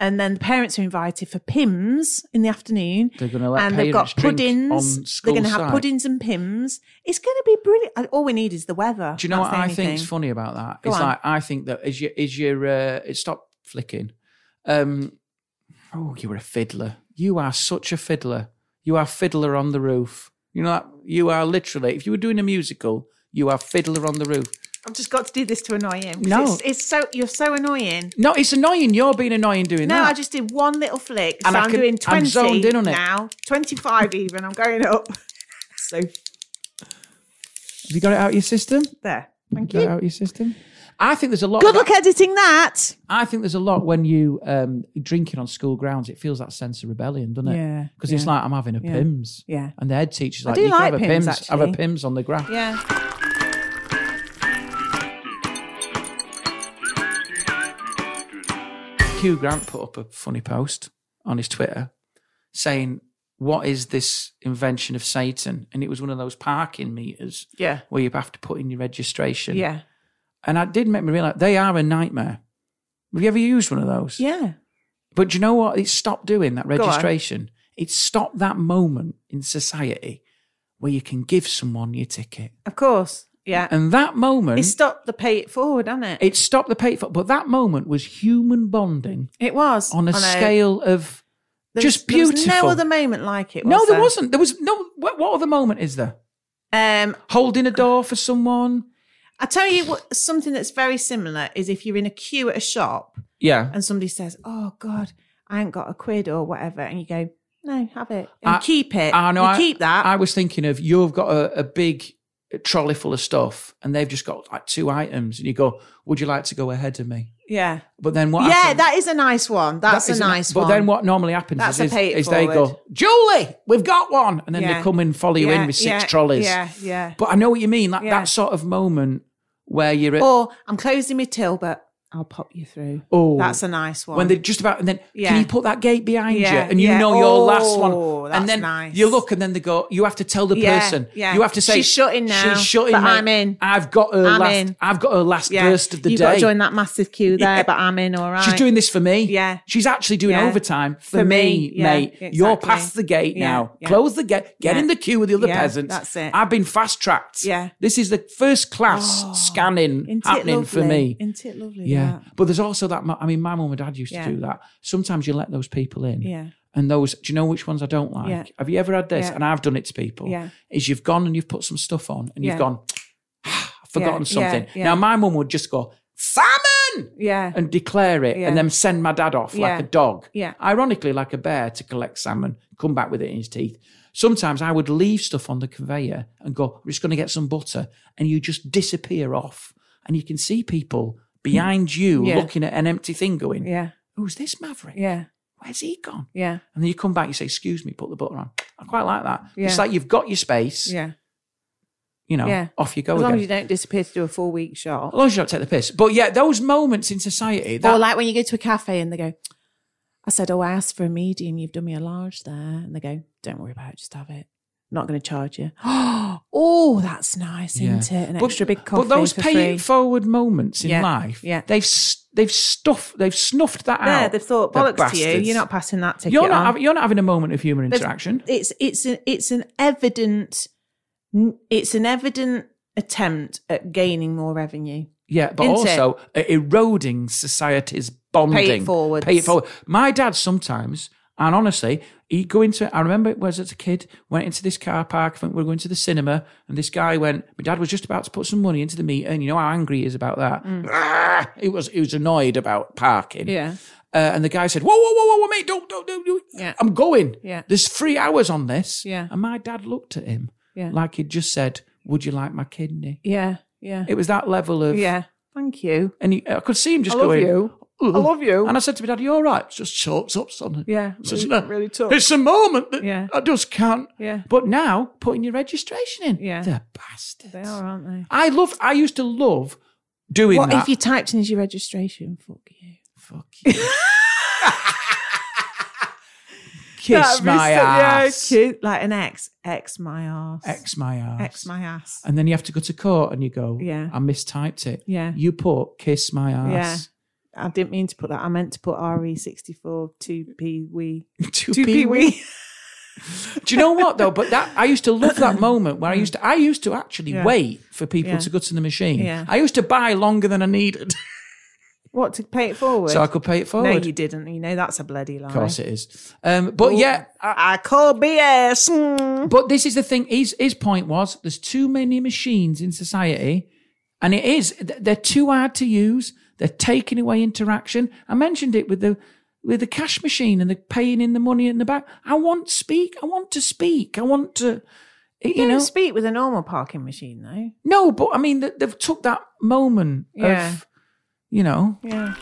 And then the parents are invited for PIMS in the afternoon. They're gonna let And they've parents got drink puddings. on They're school going to have site. puddings and PIMS. It's going to be brilliant. And All we need is the weather. Do you know That's what the I only think's thing. funny about that? Go it's on. like I think that is your is your uh, it stopped flicking. Um, oh, you were a fiddler. You are such a fiddler. You are fiddler on the roof. You know that you are literally. If you were doing a musical, you are fiddler on the roof. I've just got to do this to annoy him. 'cause No. It's, it's so, you're so annoying. No, it's annoying. You're being annoying doing No, that. I just did one little flick. And so I I am can- doing 20 I'm zoned in on it. now, 25 even. I'm going up. So Have you got it out of your system? there. Thank Got it you. out of your system. I think there's a lot. Good that- luck editing that. I think there's a lot when you um, drinking on school grounds. It feels that sense of rebellion, doesn't it? Yeah, Because it's yeah. like I'm having a pims. Yeah. And the head teacher's like, do you can like have a pims, pims. Have a actually. pims on the graph. Yeah. Hugh Grant put up a funny post on his Twitter saying, What is this invention of Satan? And it was one of those parking meters Yeah. where you have to put in your registration. Yeah. And that did make me realize they are a nightmare. Have you ever used one of those? Yeah. But do you know what? It stopped doing that on. registration. It stopped that moment in society where you can give someone your ticket. Of course. Yeah. And that moment, it stopped the pay it forward, hasn't it? it stopped the pay for, but that moment was human bonding It was on a scale of there just was- there was beautiful. no other moment like it. Was No, there there wasn't. There was no. What, what other moment is there? Um, Holding a door for someone. I tell you what, something that's very similar is if you're in a queue at a shop Yeah. and somebody says, "Oh God, I ain't got a quid or whatever," and you go, "No, have it and I- keep it. I know. you I, keep that." I was thinking of you've got a, a big trolley full of stuff, and they've just got like two items, and you go, "Would you like to go ahead of me?" yeah, But then what? yeah, happens- that is a nice one. that That's a isn't- nice But one. then what normally happens That's a is, pay it is they forward. go, "Julie, we've got one," and then Yeah. they come and follow you yeah, in with six yeah, trolleys. Yeah, yeah. But I know what you mean. That Yeah. Oh. that sort of moment where you're at, Or I'm closing my till, but I'll pop you through. Oh. that's a nice one. when they're just about, and then Yeah. can you put that gate behind you? Yeah, And you yeah. know your last Oh, one, that's and then nice. you look, and then they go. You have to tell the Yeah, person. yeah. You have to say She's shutting now, She's shutting. but mate. I'm in. I've got her I'm last. in." I've got her last burst of the you day. got to join that massive queue there, Yeah. but I'm in. All right. She's doing this for me. Yeah. She's actually doing Yeah. overtime for, For me, me, yeah, mate. You're exactly. past the gate Yeah, now. yeah. Close the gate. Get Yeah. in the queue with the other Yeah, peasants. that's it. I've been fast tracked. Yeah. Oh, This is the first class scanning Isn't it happening for me. lovely? Isn't it lovely? yeah. that? But there's also that. mo- I mean, my mum and dad used Yeah. to do that. Sometimes you let those people in. Yeah. And those, do you know which ones I don't like? Yeah. Have you ever had this? Yeah. And I've done it to people. Yeah. Is you've gone and you've put some stuff on and Yeah. you've gone, I've forgotten Yeah, something. yeah. Now, my mum would just go, salmon! Yeah. and declare it Yeah. and then send my dad off Yeah. like a dog. Yeah. Ironically, like a bear to collect salmon, come back with it in his teeth. Sometimes I would leave stuff on the conveyor and go, we're just going to get some butter. And you just disappear off. And you can see people behind you Hmm. Yeah. looking at an empty thing going, yeah. who's this maverick? Yeah. Where's he gone? Yeah. And then you come back, you say, excuse me, put the butter on. I quite like that. Yeah. It's like you've got your space, Yeah. you know, Yeah. off you go As long again. as you don't disappear to do a four week shot. as long as you don't take the piss. But yeah, those moments in society, that, Or like when you go to a cafe and they go, I said, Oh, I asked for a medium, you've done me a large there. And they go, Don't worry about it, just have it. Not going to charge you. oh, that's nice, isn't it? An extra big coffee. But those for pay free. it forward moments in Yeah, life, yeah. they've s- they've stuffed they've snuffed that Yeah, out. they've thought the bollocks to you. bastards. You're not passing that ticket. You're not on." having, you're not having a moment of human They've- interaction. It's it's an it's an evident it's an evident attempt at gaining more revenue. Yeah, but isn't it? also uh, eroding society's bonding. forwards. Pay it forward. My dad sometimes, and honestly, he'd go into. I remember it was as a kid, went into this car park. I think we were going to the cinema, and this guy went. My dad was just about to put some money into the meter, and you know how angry he is about that. Ah, he was he was annoyed about parking. Mm. Yeah. Uh, and the guy said, "Whoa, whoa, whoa, whoa, mate! Don't, don't, don't! do it. Yeah. I'm going. Yeah. There's three hours on this." Yeah. And my dad looked at him Yeah. like he'd just said, "Would you like my kidney?" Yeah. Yeah. It was that level of yeah. Thank you. and he, I could see him I just love going, you. I "Ugh." love you. And I said to my dad, "You're all right. It's just chokes up, son. yeah. So it's really, not- really tough. It's a moment that Yeah. I just can't." yeah. But now putting your registration in, Yeah. the bastards. They are, aren't they? I loved. I used to love doing What that. if you typed in as your registration? Fuck you. Fuck you. Kiss That'd be my so- ass. Yeah, X kiss- Cute, like an X, X my ass, my ass. X my ass. And then you have to go to court and you go, Yeah. I mistyped it. yeah. You put kiss my ass. I didn't mean to put that. I meant to put RE sixty four two P we Two two P pee- we. Do you know what though? But that I used to love that moment where I used to I used to actually Yeah. wait for people Yeah. to go to the machine. Yeah. I used to buy longer than I needed What to pay it forward? so I could pay it no, forward. you didn't. You know that's a bloody lie. of course it is. Um, but yeah, I call BS. Mm. But this is the thing. His his point was: there's too many machines in society, and it is th- they're too hard to use. They're taking away interaction. I mentioned it with the with the cash machine and the paying in the money in the back. I want to speak. I want to speak. I want to. You, You know, don't speak with a normal parking machine though. no, but I mean, th- they've took that moment Yeah. of, you know, Yeah.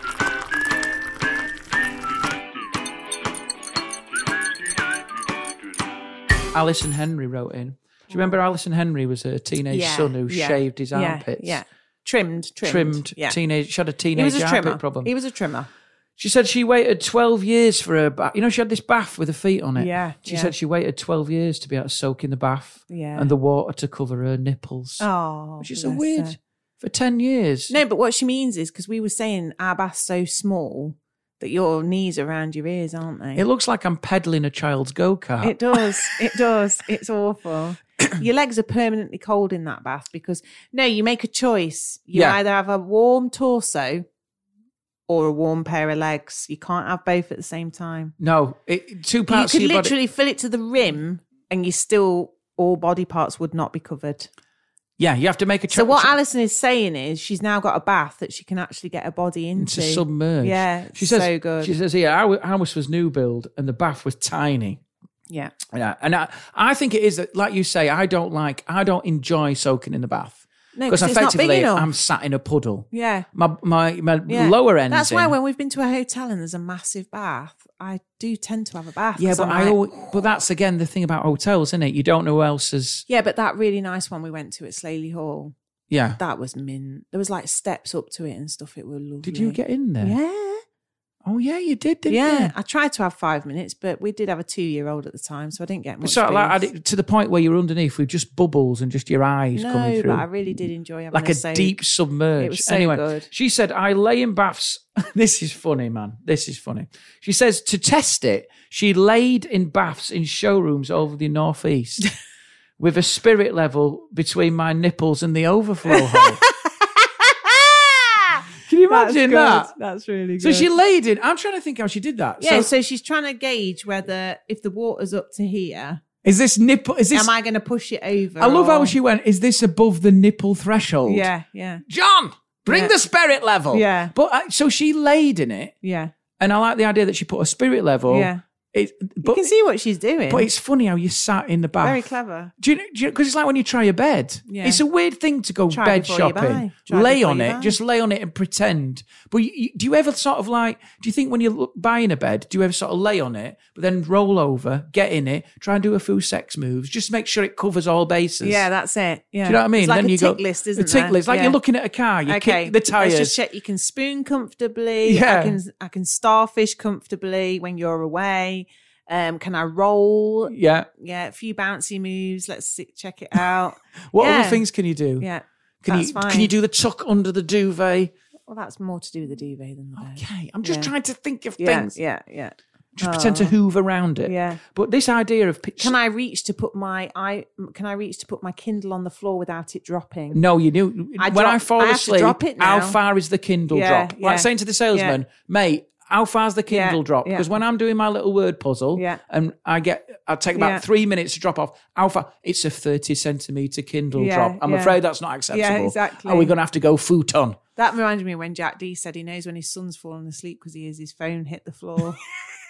Alison Henry wrote in. Do you remember Alison Henry was a teenage Yeah, son who yeah, shaved his armpits? Yeah. yeah. Trimmed, trimmed, Trimmed, Yeah. teenage. She had a he was teenage a trimmer. armpit problem. He was a trimmer. She said she waited 12 years for her bath. You know, she had this bath with her feet on it. Yeah, She yeah. said she waited 12 years to be able to soak in the bath Yeah. and the water to cover her nipples. Oh, which is so bless weird. her. For 10 years. No, but what she means is because we were saying our bath's so small that your knees are around your ears, aren't they? It looks like I'm peddling a child's go kart. It does. It does. It's awful. Your legs are permanently cold in that bath because no, you make a choice. You Yeah. either have a warm torso or a warm pair of legs. You can't have both at the same time. no, it, two parts you of could your body- literally fill it to the rim and you still all body parts would not be covered. Yeah, you have to make a So cho- what cho- Alison is saying is she's now got a bath that she can actually get her body into. to submerge. Yeah, she it's says. so good. She says here, our our house was new build, and the bath was tiny. yeah. Yeah, and I, I think it is that, like you say, I don't like, I don't enjoy soaking in the bath No, because because it's not big effectively enough. I'm sat in a puddle. yeah. my my, my Yeah. lower end. That's why when we've been to a hotel and there's a massive bath, I do tend to have a bath. yeah, 'cause but I'm I like, always, but that's again the thing about hotels, isn't it? You don't know who else is. yeah, but that really nice one we went to at Slaley Hall, Yeah. that was mint. There was like steps up to it and stuff. It was lovely. Did you get in there? Yeah, Oh yeah, you did, didn't yeah. you? I tried to have five minutes, but we did have a two-year-old at the time, so I didn't get much. It's sort of like I booze. did- to the point where you're underneath with just bubbles and just your eyes coming no, through, but I really did enjoy having like a soak. deep submerge. It was so anyway, good. she said, "I lay in baths." this is funny, man. This is funny. She says to test it, she laid in baths in showrooms over the northeast. With a spirit level between my nipples and the overflow hole. Can you That's imagine good. that? That's really good. So she laid in. I'm trying to think how she did that. yeah, So, so she's trying to gauge whether if the water's up to here, is this nipple? Is this? am I going to push it over? I love how or- she went. Is this above the nipple threshold? Yeah, yeah, John, bring Yeah. the spirit level. Yeah. But uh, so she laid in it, yeah, and I like the idea that she put a spirit level. yeah. It, You but can see what she's doing. but it's funny how you sat in the bath. very clever. Do you know? Because it's like when you try a bed. Yeah. It's a weird thing to go Try bed before you shopping. buy. Try lay before on you it, buy. just lay on it and pretend. But you, you, do you ever sort of like? Do you think when you're lo- buying a bed, do you ever sort of lay on it, but then roll over, get in it, try and do a few sex moves, just to make sure it covers all bases? Yeah, that's it. Yeah, Do you know what I mean? It's like then a you tick go, list, isn't a tick there? list. Like Yeah. you're looking at a car, you Okay, kick the Let's tires. just check you can spoon comfortably. Yeah. I can I can starfish comfortably when you're away. Um, can I roll? yeah. Yeah, a few bouncy moves. Let's see, check it out. What other Yeah. things can you do? Yeah, Can that's you fine. can you do the tuck under the duvet? Well, that's more to do with the duvet than the bed. Okay, I'm just Yeah. trying to think of Yeah, Oh, things. yeah, yeah, Just pretend to Oh. hoover around it. yeah. But this idea of pitch- Can I reach to put my I? Can I reach to put my Kindle on the floor without it dropping? No, you knew. I when drop- I fall I have to asleep, drop it how now. far is the Kindle Yeah, drop? yeah, Like saying to the salesman, mate, how far's the Kindle Yeah, drop? yeah. Because when I'm doing my little word puzzle Yeah. and I get, I take about Yeah. three minutes to drop off. How far? It's a 30 centimeter Kindle Yeah, drop. I'm yeah. afraid that's not acceptable. exactly. Are we going to have to go futon? That reminded me when Jack D said he knows when his son's fallen asleep because he hears his phone hit the floor.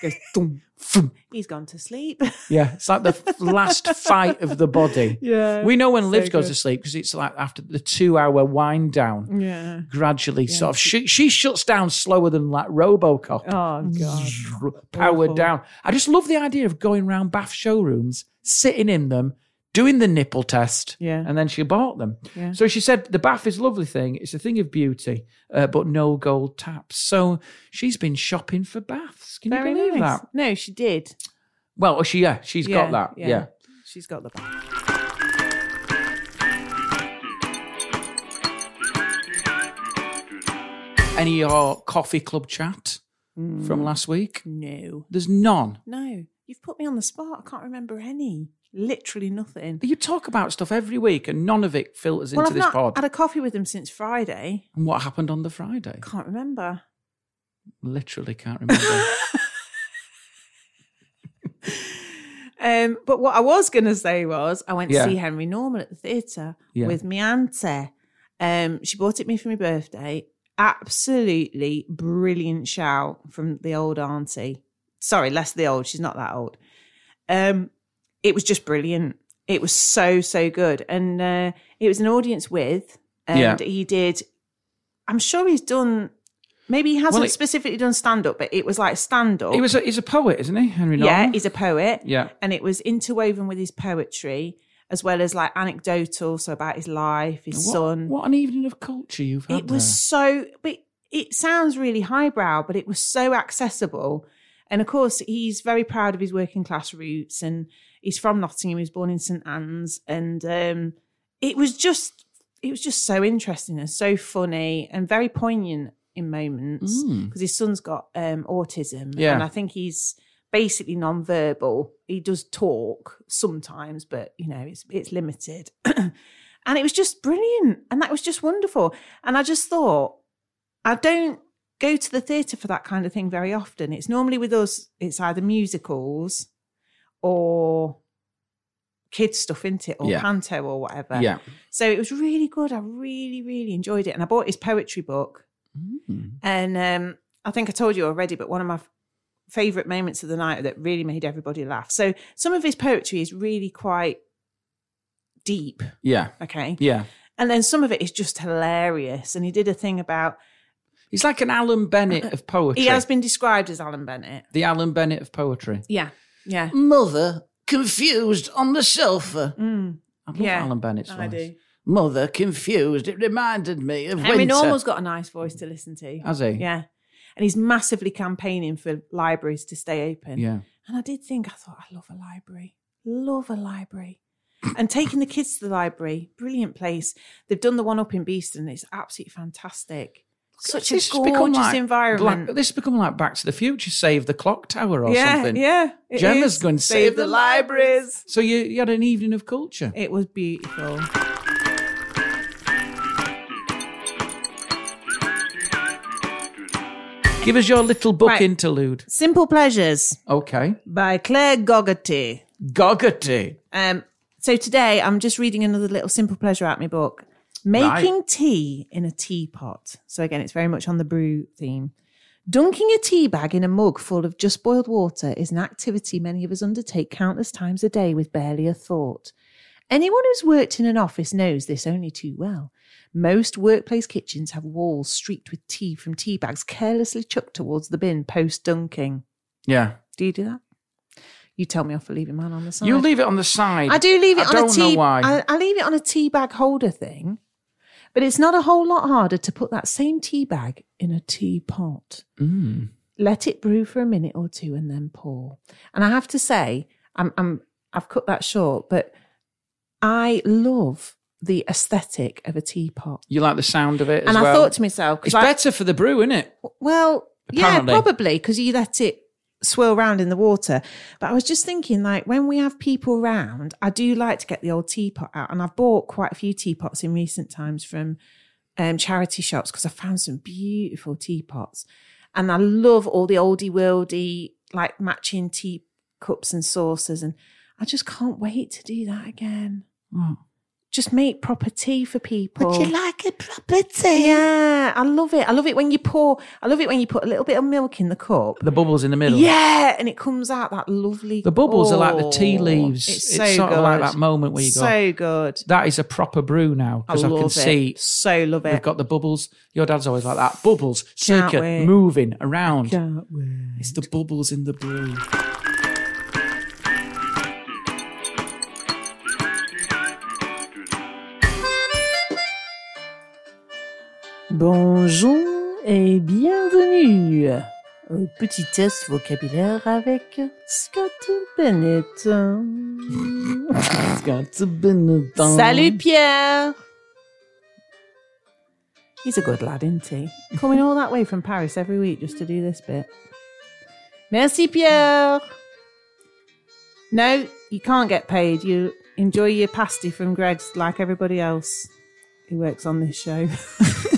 Goes, thum, thum. He's gone to sleep. Yeah, it's like the f- last fight of the body. Yeah. We know when Liv goes good. to sleep because it's like after the two hour wind down, yeah. gradually sort of. She, she shuts down slower than like Robocop. Oh god. powered Awful. down. I just love the idea of going round Bath showrooms, sitting in them, doing the nipple test, Yeah. and then she bought them. Yeah. So she said the bath is a lovely thing. It's a thing of beauty, uh, but no gold taps. So she's been shopping for baths. Can Very you believe nice. that? No, she did. Well, oh, she yeah, she's Yeah, got that. Yeah. She's got the back. Any of your coffee club chat Mm. from last week? No. There's none. No. You've put me on the spot. I can't remember any. Literally nothing. You talk about stuff every week, and none of it filters well, into I've this not pod. had a coffee with him since Friday. and what happened on the Friday? Can't remember. Literally can't remember. Um, but what I was going to say was, I went Yeah. to see Henry Norman at the theatre Yeah. with my auntie. Um, she bought it me for my birthday. Absolutely brilliant shout from the old auntie. Sorry, less the old. She's not that old. Um, it was just brilliant. It was so so good, and uh, it was an audience with, and Yeah. he did. I'm sure he's done. Maybe he hasn't it- specifically done stand up, but it was like stand up. He was a, he's a poet, isn't he, Henry Norman? Yeah, he's a poet. Yeah. And it was interwoven with his poetry as well as like anecdotal, so about his life, his what, son. What an evening of culture you've had. it was so, but it sounds really highbrow, but it was so accessible. And of course, he's very proud of his working class roots and he's from Nottingham. He was born in St. Anne's. And um, it was just, it was just so interesting and so funny and very poignant in moments Mm. because his son's got um, autism, Yeah. and I think he's basically non-verbal. He does talk sometimes, but you know it's it's limited. and it was just brilliant, and that was just wonderful. And I just thought, I don't go to the theatre for that kind of thing very often. It's normally with us, it's either musicals or kids stuff, isn't it, or Yeah. panto or whatever. yeah. So it was really good. I really, really enjoyed it, and I bought his poetry book. Mm. And um, I think I told you already, but one of my f- favourite moments of the night that really made everybody laugh. So some of his poetry is really quite deep, Yeah. okay? Yeah. And then some of it is just hilarious. And he did a thing about, He's like an Alan Bennett of poetry. he has been described as Alan Bennett. the Alan Bennett of poetry. Yeah. Yeah. Mother confused on the sofa. I love Mm. Yeah, Alan Bennett's voice. Mother confused. It reminded me of Henry winter. Normal's got a nice voice to listen to. Has he? Yeah. And he's massively campaigning for libraries to stay open. Yeah. And I did think, I thought, I love a library. Love a library. and taking the kids to the library, brilliant place. They've done the one up in Beeston. It's absolutely fantastic. Such This a has become gorgeous like environment. Black- this has become like Back to the Future, save the clock tower or yeah, something. yeah. it Gemma's is. going to save the libraries. So you, you had an evening of culture. It was beautiful. Give us your little book Right. interlude. Simple Pleasures Okay. by Claire Gogarty. Gogarty. Um, so today I'm just reading another little simple pleasure out my book. Making tea in a teapot. So again, it's very much on the brew theme. Dunking a tea bag in a mug full of just boiled water is an activity many of us undertake countless times a day with barely a thought. Anyone who's worked in an office knows this only too well. Most workplace kitchens have walls streaked with tea from tea bags carelessly chucked towards the bin post dunking. Yeah. Do you do that? You tell me off for leaving mine on the side. You leave it on the side. I do leave it I on don't a tea. know why. I, I leave it on a tea bag holder thing, but it's not a whole lot harder to put that same tea bag in a teapot. Mm. Let it brew for a minute or two and then pour. And I have to say, I'm, I'm I've cut that short, but I love the aesthetic of a teapot. You like the sound of it as And I well. thought to myself, it's because I, better for the brew, isn't it? well, Apparently. yeah, probably because you let it swirl round in the water. But I was just thinking, like, when we have people round, I do like to get the old teapot out, and I've bought quite a few teapots in recent times from um, charity shops because I found some beautiful teapots, and I love all the oldie worldy like matching Mm. teacups and saucers, and I just can't wait to do that again. Just make proper tea for people. like a property? yeah, I love it. I love it when you pour. I love it when you put a little bit of milk in the cup. The bubbles in the middle. Yeah, and it comes out that lovely. The bubbles are like the tea Oh, leaves. It's It's, so sort good. of like that moment where you go, so good. that is a proper brew now I because I, love can it. see so love we've it. got the bubbles. Your dad's always like that. Bubbles, Can't circuit, wait. moving around. Can't wait. It's the bubbles in the brew. Bonjour et bienvenue au petit test vocabulaire avec Scott Bennett. Scott Bennett. Salut Pierre! He's a good lad, isn't he? Coming all that way from Paris every week just to do this bit. Merci Pierre! No, you can't get paid. You enjoy your pasty from Greg's like everybody else who works on this show.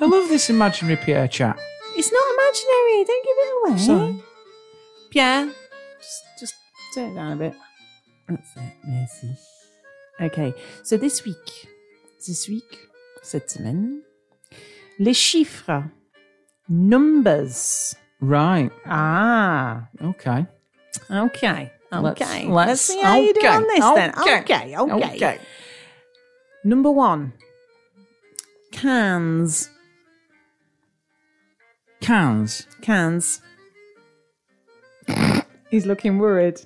I love this imaginary Pierre chat. It's not imaginary. Don't give it away. Sorry. Pierre, just just turn it down a bit. That's it. Merci. Okay. So this week, this week, cette semaine, les chiffres, numbers. Right. Ah. Okay. Okay. Let's- Okay. Let's, let's- see how you do okay, on this then. okay, Okay. Okay. Number one. Cans. Cans. Cans. He's looking worried.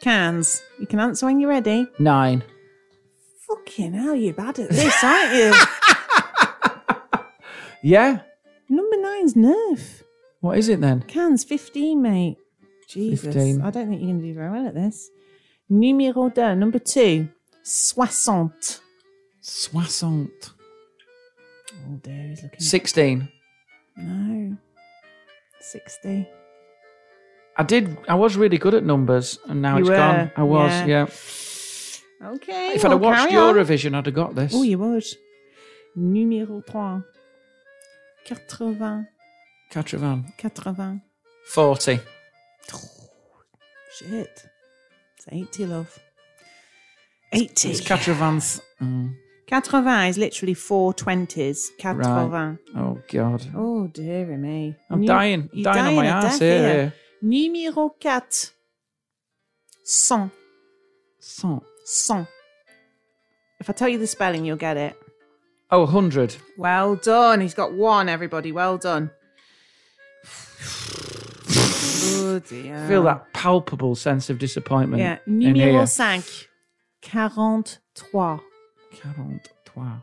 Cans. You can answer when you're ready. Nine. Fucking hell, you're bad at this, aren't you? Yeah. Number nine's Nerf. What is it then? Cans, 15, mate. Jesus. 15. I don't think you're going to do very well at this. Numéro deux, number two. Soixante. Soixante. Oh, dear, he's looking. Sixteen. No. 60. I did. I was really good at numbers, and now You it's were, gone. I was. yeah. Yeah. Okay. If I'd have well, watched carry on. Eurovision, I'd have got this. Oh, you would. Numéro 3. 80. Catravan. 80. Forty. Shit. It's 80, love. 80. It's Catravan's. Oh, 80 is literally four twenties. 80. oh God. Oh, dearie me. I'm Nu- dying. you're dying on my a ass death here. Numéro 4. 100. Cent. 100. If I tell you the spelling, you'll get it. Oh, 100. Well done. He's got one, everybody. Well done. oh, dear. Feel that palpable sense of disappointment. Yeah. in here. Numéro 5. 43. 43.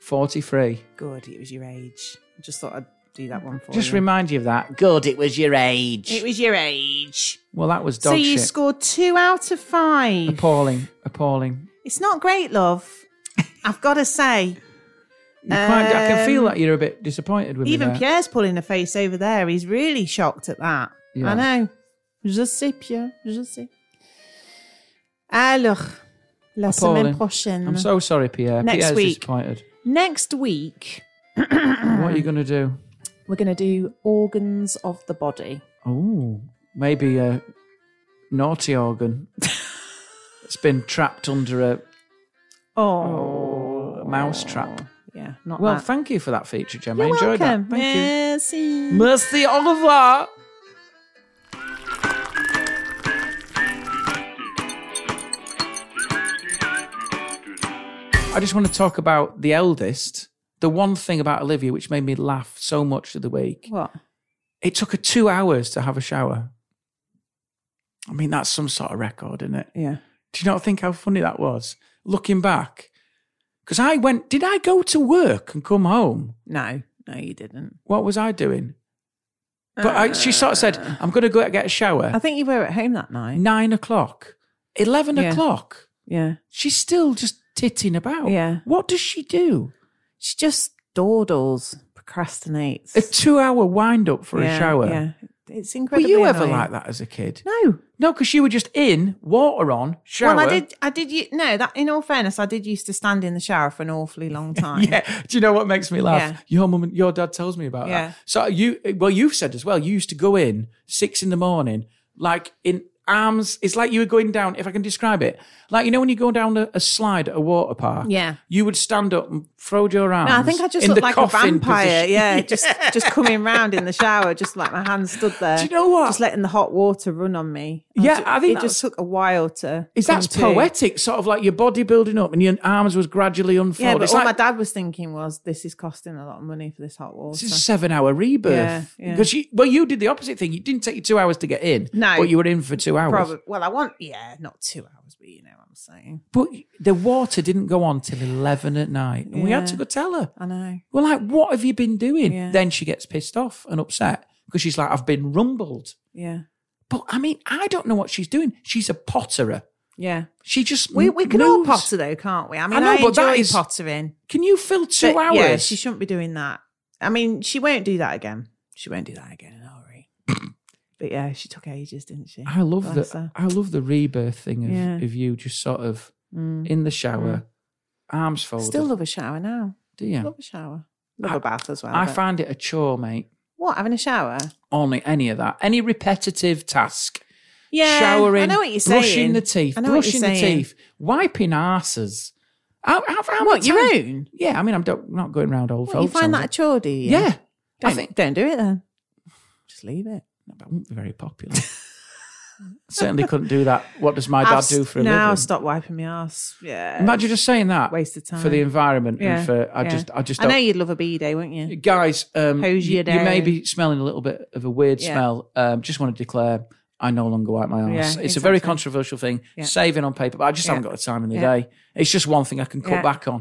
43. Good. It was your age. I just thought I'd do that one for Just you. remind you of that. Good, it was your age. it was your age. Well, that was dog so you shit. scored two out of five. appalling. Appalling. It's not great, love. I've got to say. You're quite, I can feel that you're a bit disappointed with Um, Even me. there. Pierre's pulling a face over there. He's really shocked at that. Yeah. I know. Je sais, Pierre. Je sais. Alors, la semaine Appalling. prochaine. I'm so sorry, Pierre. Next Pierre's week. disappointed. Next week, What are you going to do? we're going to do organs of the body. Oh, maybe a naughty organ. it's been trapped under a, Oh, a mouse trap. yeah, not Well, that. thank you for that feature, Gemma. You're I enjoyed welcome. that. Thank you. Merci. Merci, au revoir. I just want to talk about the eldest. The one thing about Olivia which made me laugh so much of the week. What? It took her two hours to have a shower. I mean, that's some sort of record, isn't it? Yeah. Do you not think how funny that was? Looking back. Because I went, did I go to work and come home? No, no, you didn't. What was I doing? But I, she sort of said, Uh. I'm going to go out and get a I shower. think you were at home that night. Nine o'clock, 11 Yeah. o'clock. Yeah. She's still just titting about. Yeah. What does she do? She just dawdles, procrastinates. A two hour wind up for Yeah, a shower. Yeah. It's Were incredible. you ever like that as a kid? No. No, because you were just in, water on, shower. Well, I did. I did. u- No, that in all fairness, I did used to stand in the shower for an awfully long time. Yeah. Do you know what makes me laugh? Yeah. Your mum and your dad tells me about Yeah. that. So you, well, you've said as well. You used to go in six in the morning, like in arms. It's like you were going down, if I can describe it. Like, you know, when you go down a, a slide at a water park, Yeah. you would stand up and throw your arms. No, I think I just in looked the like a coffin vampire. position. Yeah, just just coming round in the shower, just like my hands stood there. Do you know what? Just letting the hot water run on me. I Yeah, ju- I think it that's- just took a while to. Is that's come to. poetic, sort of like your body building up and your arms was gradually unfolding. Yeah, but it's all like, my dad was thinking was this is costing a lot of money for this hot water. This is a seven hour rebirth. Yeah, yeah. Because you, well, you did the opposite thing. You didn't take you two hours to get in. No. But you were in for two hours. Probably. Well, I want yeah, not two hours, but you know what I'm saying. But the water didn't go on till 11 at night. And we had to Yeah. go tell her. I know. We're like, what have you been doing? Yeah. Then she gets pissed off and upset because she's like, I've been rumbled. Yeah, But I mean, I don't know what she's doing. She's a potterer. yeah. She just We we can all moves. potter though, can't we? I mean, I, know, but that enjoy is- pottering. Can you fill two but, hours? Yeah, she shouldn't be doing that. I mean, she won't do that again. She won't do that again. Sorry. but yeah, she took ages, didn't she? I love Bless the her. I love the rebirth thing of, Yeah. of you just sort of Mm. in the shower, arms folded. Still love a shower now. do you? Love a shower. Love a bath as well. I but- find it a chore, mate. what having a shower. Only any of that, any repetitive task, Yeah, showering, I know what you're saying. brushing the teeth, I know what brushing you're the saying. teeth, wiping arses. How, how, how What many your times- own? Yeah, I mean, I'm don't, not going round old What, you folks. find homes. that a chore, do you? yeah, Don't, I think don't do it then. Just leave it. that won't be very popular. Certainly couldn't do that. What does my I've dad s- do for a now living? stop wiping my ass. Yeah, Imagine just saying that waste of time for the environment Yeah, and for I yeah. just I just I don't. know you'd love a b day, wouldn't you? guys, um, Hose you, you you may down. be smelling a little bit of a weird Yeah. smell. Um, just want to declare, I no longer wipe my Yeah, ass. it's a very exactly. controversial thing, Yeah. saving on paper, but I just haven't Yeah. got the time in the Yeah. day. It's just one thing I can cut Yeah. back on.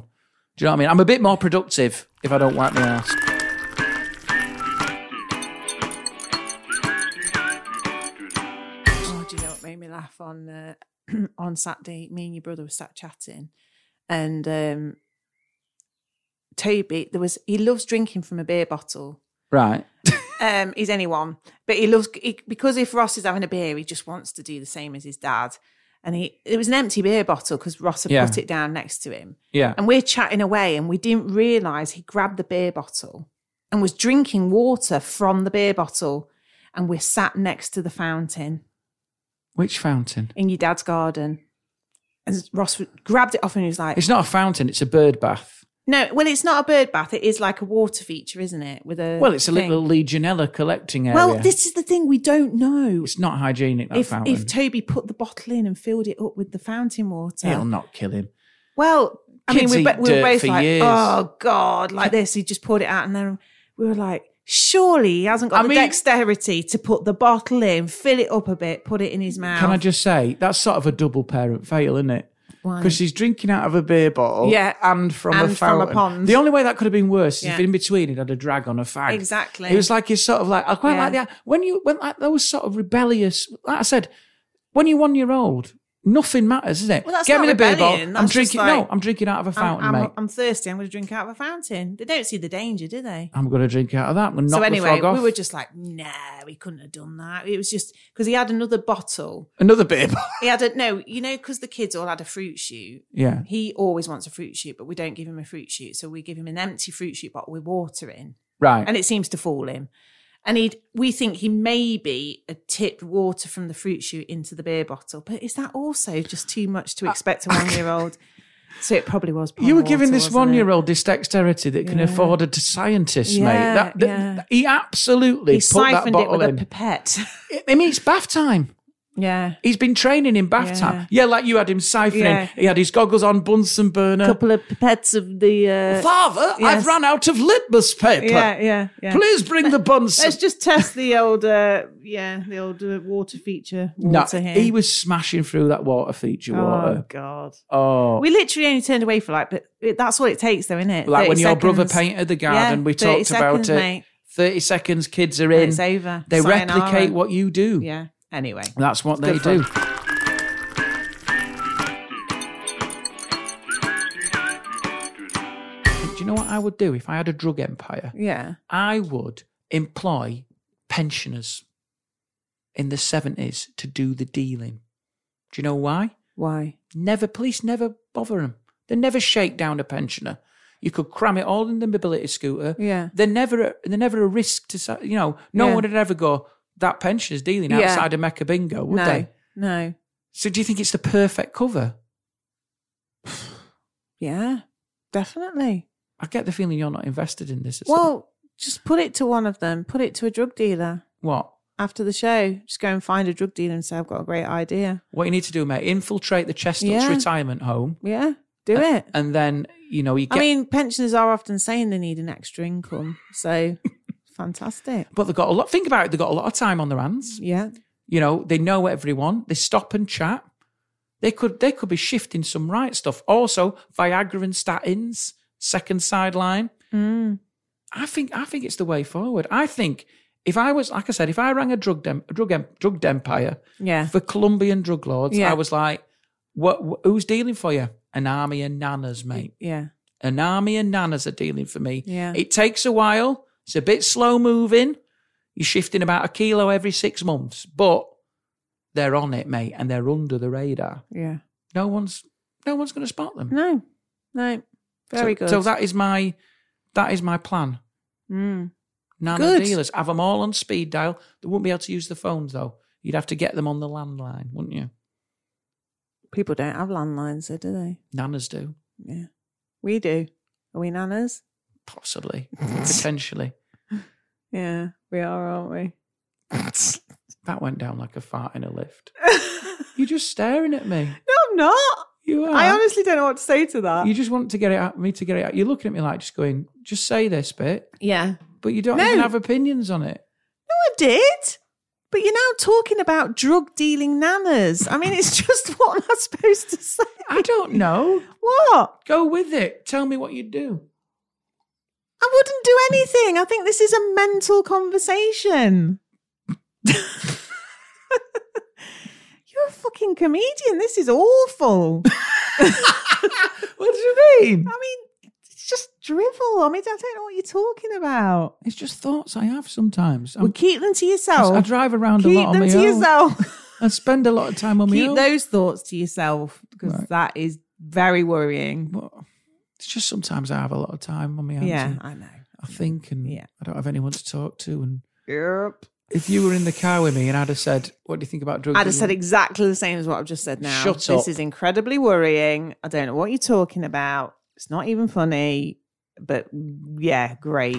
Do you know what I mean? I'm a bit more productive if I don't wipe my ass. Oh, do you know what made me laugh on uh, on Saturday? Me and your brother were sat chatting, and um, Toby, there was he loves drinking from a beer bottle. Right. Um, he's anyone, but he loves he, because if Ross is having a beer, he just wants to do the same as his dad. And he, it was an empty beer bottle because Ross had Yeah. put it down next to him. Yeah. And we're chatting away, and we didn't realize he grabbed the beer bottle and was drinking water from the beer bottle. And we're sat next to the fountain Which fountain? in your dad's garden. And Ross grabbed it off and he was like, It's not a fountain, it's a bird bath. No, well, it's not a bird bath. It is like a water feature, isn't it? With a Well, it's a thing. little Legionella collecting area. Well, this is the thing we don't know. it's not hygienic, that If, fountain. if Toby put the bottle in and filled it up with the fountain water, It'll not kill him. Well, I mean, Kids we, eat bo- we dirt were both for like, years. oh God, like this. He just poured it out. And then we were like, surely he hasn't got I the mean- dexterity to put the bottle in, fill it up a bit, put it in his mouth. Can I just say that's sort of a double parent fail, isn't it? Because she's drinking out of a beer bottle, Yeah. and from a And from a fountain. pond. The only way that could have been worse is if Yeah. in between it had a drag on a fag. Exactly. It was like it's sort of like I quite Yeah. like that. When you when like those sort of rebellious, like I said, when you're one year old, nothing matters, is it? Well, that's Get me not the beer bottle. rebellion. I'm That's just drinking. no, like- I'm drinking out of a fountain, I'm, mate. I'm, I'm thirsty. I'm going to drink out of a fountain. They don't see the danger, do they? I'm, going to drink out of that. I'm going to knock so the anyway, frog off. we were just like, nah, we couldn't have done that. It was just because he had another bottle. Another beer bottle. He had a no, you know, because the kids all had a fruit shoot. yeah. He always wants a fruit shoot, but we don't give him a fruit shoot. So we give him an empty fruit shoot bottle with water in. Right. and it seems to fall him. And he, we think he maybe had tipped water from the fruit shoot into the beer bottle, but is that also just too much to expect a one-year-old? so it probably was. pond Uh, You were water, giving this wasn't it? one-year-old this dexterity that can afford a scientist, mate. Yeah, That, that- yeah. He absolutely He put that siphoned it bottle with a in. pipette. I mean, it's bath time. yeah, He's been training in bath Yeah. time. Yeah, like you had him siphoning. Yeah. He had his goggles on, Bunsen burner. a couple of pipettes of the. Uh, Father, I've Yes. run out of litmus paper. yeah, yeah, yeah. Please bring the Bunsen. Let's just test the old, uh, yeah, the old uh, water feature No, water here. he was smashing through that water feature oh water. God. Oh, We literally only turned away for like, but that's all it takes, though, isn't it? like when 30 your brother seconds. painted the garden, Yeah, we 30 talked about seconds, it. mate. Thirty seconds, kids are in. It's over. They Sayonara. replicate what you do. Yeah. Anyway. That's what they It's good do. Do you know what I would do if I had a drug empire? Yeah. I would employ pensioners in the 70s to do the dealing. Do you know why? Why? Never, police never bother them. They never shake down a pensioner. You could cram it all in the mobility scooter. Yeah. They're never, they're never a risk to, so- you know, no Yeah. one would ever go, that pensioners dealing Yeah. outside of Mecca Bingo, would no, they? no, So do you think it's the perfect cover? yeah, definitely. I get the feeling you're not invested in this. at all. Well, just put it to one of them. Put it to a drug dealer what? after the show. Just go and find a drug dealer and say, "I've got a great idea." What you need to do, mate, infiltrate the Chestnuts Yeah. retirement home, Yeah, Uh, do it. and then you know you get. I mean, pensioners are often saying they need an extra income, so fantastic. but they've got a lot. Think about it. They've got a lot of time on their hands. Yeah, You know, they know everyone. They stop and chat. They could they could be shifting some right stuff. Also, Viagra and statins, second sideline. I think I think it's the way forward. I think if I was like I said, if I rang a drug dem, a drug em, drug empire yeah, for Colombian drug lords, Yeah. I was like, what? wh- Who's dealing for you? An army of nanas, mate. yeah, An army of nanas are dealing for me. Yeah. It takes a while. It's a bit slow moving. You're shifting about a kilo every six months, but they're on it, mate, and they're under the radar. yeah. No one's no one's going to spot them. No, no, Mm-hmm. very so, good. So that is my that is my plan. Mm. Nano Good. dealers have them all on speed dial. They wouldn't be able to use the phones though. You'd have to get them on the landline, wouldn't you? People don't have landlines, though, do they? Nanas do. Yeah, we do. Are we nanas? Possibly. Potentially. Yeah, we are, aren't we? That went down like a fart in a lift. You're just staring at me. No, I'm not. You are. I honestly don't know what to say to that. Oh. you just want to get it out, me to get it out. You're looking at me like just going, just say this bit, yeah, but you don't No. even have opinions on it. I did. But you're now talking about drug dealing nanas. I mean, it's just what am I supposed to say? I don't know. What? Go with it. Tell me what you do. I wouldn't do anything. I think this is a mental conversation. You're a fucking comedian. This is awful. What do you mean? I mean, it's just drivel. I mean, I don't know what you're talking about. It's just thoughts I have sometimes. Well, I'm, keep them to I yourself. drive around a Keep lot on them my to own. yourself. I spend a lot of time on my keep own. those thoughts to yourself because Right. that is very worrying. But it's just sometimes I have a lot of time on my hands. Yeah, and I know. I think, and Yeah. I don't have anyone to talk to. And Yep. if you were in the car with me and I'd have said, "What do you think about drugs?" I'd have and- said exactly the same as what I've just said now. Shut This up. is incredibly worrying. I don't know what you're talking about. It's not even funny. But yeah, great.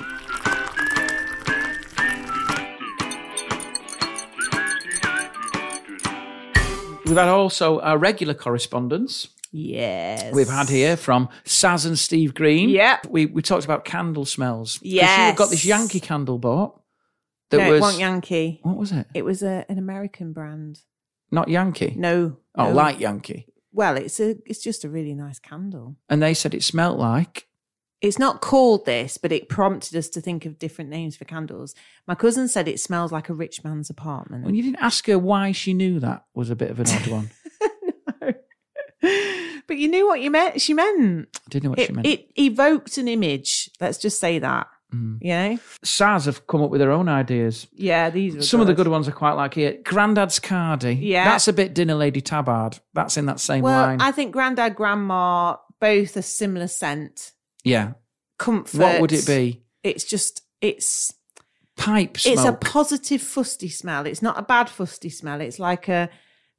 We've had also our regular correspondence. Yes. We've had here from Saz and Steve Green. Yep. We we talked about candle smells. 'Cause Yes. You've got this Yankee candle bought. That no, it was wasn't Yankee. what was it? It was a, an American brand. Not Yankee. No. Oh, no. light Yankee. Well, it's a it's just a really nice candle. And they said it smelt like It's not called this, but it prompted us to think of different names for candles. My cousin said it smells like a rich man's apartment. When you didn't ask her why she knew that was a bit of an odd one. but you knew what you meant. She meant I didn't know what it, she meant. it evoked an image. Let's just say that. Mm. You know, Saz have come up with their own ideas. yeah. These were Some of the good ones I quite like here. Grandad's Cardi. Yeah. That's a bit Dinner Lady Tabard. That's in that same Well, line. I think granddad, grandma, both a similar scent. yeah. Comfort. What would it be? It's just it's Pipe smoke. it's a positive fusty smell. It's not a bad fusty smell. It's like a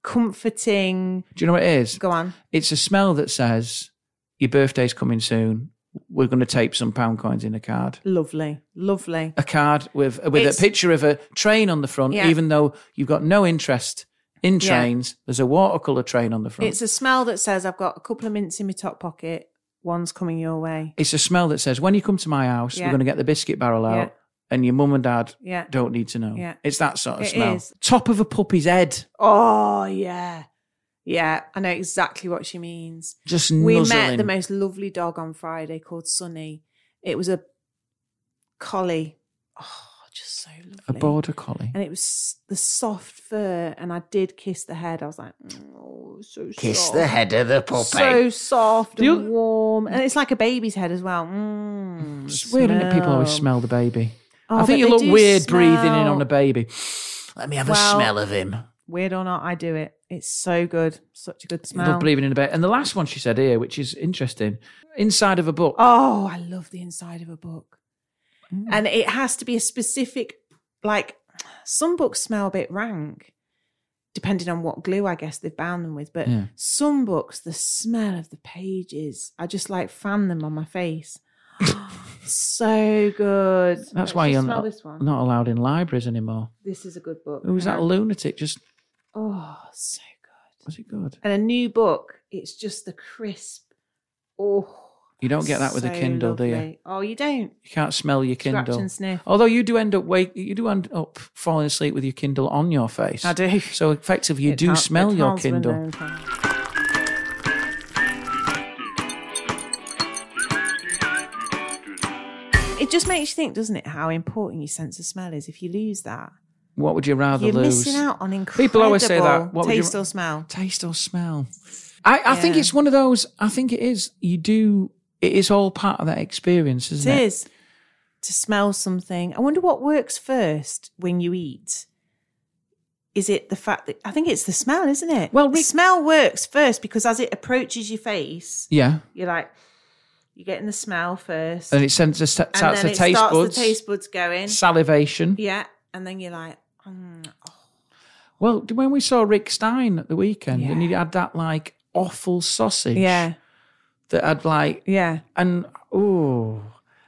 comforting. Do you know what it is? Go on. It's a smell that says, your birthday's coming soon. We're going to tape some pound coins in a card. Lovely, lovely. A card with with It's- a picture of a train on the front, Yeah. even though you've got no interest in Yeah. trains. There's a watercolour train on the front. It's a smell that says I've got a couple of mints in my top pocket. One's coming your way. It's a smell that says, when you come to my house, Yeah. we're going to get the biscuit barrel out Yeah. and your mum and dad Yeah. don't need to know. Yeah. It's that sort of It smell. is. Top of a puppy's head, Oh yeah, yeah. I know exactly what she means. just We nuzzling. met the most lovely dog on Friday called Sunny. It was a collie. Oh, just so lovely. a border collie. And it was s- the soft fur, and I did kiss the head. I was like, oh, so Kiss soft. the head of the puppy. So soft Do and you- warm, and it's like a baby's head as well. Mm, It's weird, isn't it? People always smell the baby. Oh, I but think you they look do weird breathing in smell. on a baby. Let me have Well- a smell of him. Weird or not, I do it. It's so good, such a good You smell. love breathing in a baby. And the last one she said here, which is interesting, inside of a book. Mm. Oh, I love the inside of a book. And it has to be a specific, like, some books smell a bit rank, depending on what glue I guess they've bound them with. But Yeah. some books, the smell of the pages, I just like fan them on my face. so good. That's Let's why just you're smell not, this one. not allowed in libraries anymore. This is a good book. Who was that lunatic? Just Oh, so good. was it good? And a new book. It's just the crisp. Oh, You don't get that with a so Kindle, do you? lovely. Oh, you don't. You can't smell your Scratch Kindle. and sniff. Although you do end up wake, you do end up falling asleep with your Kindle on your face. I do. So effectively, you It do can't- smell it your can't smell Kindle. no time. It just makes you think, doesn't it, how important your sense of smell is. If you lose that, What would you rather you're lose? missing out on incredible People always say that. What would you- taste or smell. Taste or smell? I, I think Yeah. it's one of those. I think it is. You do. It is all part of that experience, It isn't it? is to smell something. I wonder what works first when you eat. Is it the fact that I think it's the smell, isn't it? Well, the Rick- smell works first because as it approaches your face, Yeah, you're like you're getting the smell first, and it sends the and starts then the it taste starts buds, the taste buds going. salivation. Yeah, and then you're like, mm, Well, d- when we saw Rick Stein at the weekend, and he had that like awful sausage, yeah, that had like yeah, and oh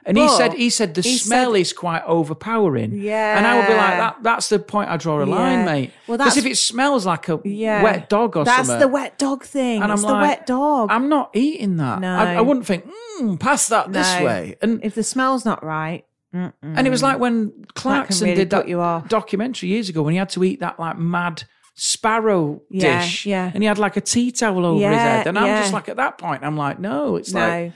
and he But said he said the he smell said- is quite overpowering and i would be like Yeah. that that's the point i draw a line Yeah. mate Well, because that's- if it smells like a yeah. wet dog or That's something the wet dog thing. and it's i'm the like wet dog. i'm not eating that I, No. I wouldn't think mm, pass that this No. way and if the smell's not right, mm-mm. and it was like when clarkson Um, really did that put you off. documentary years ago when he had to eat that like mad sparrow Yeah, dish yeah. and he had like a tea towel over his Yeah, head and i'm just yeah. like at that point i'm like no it's no, like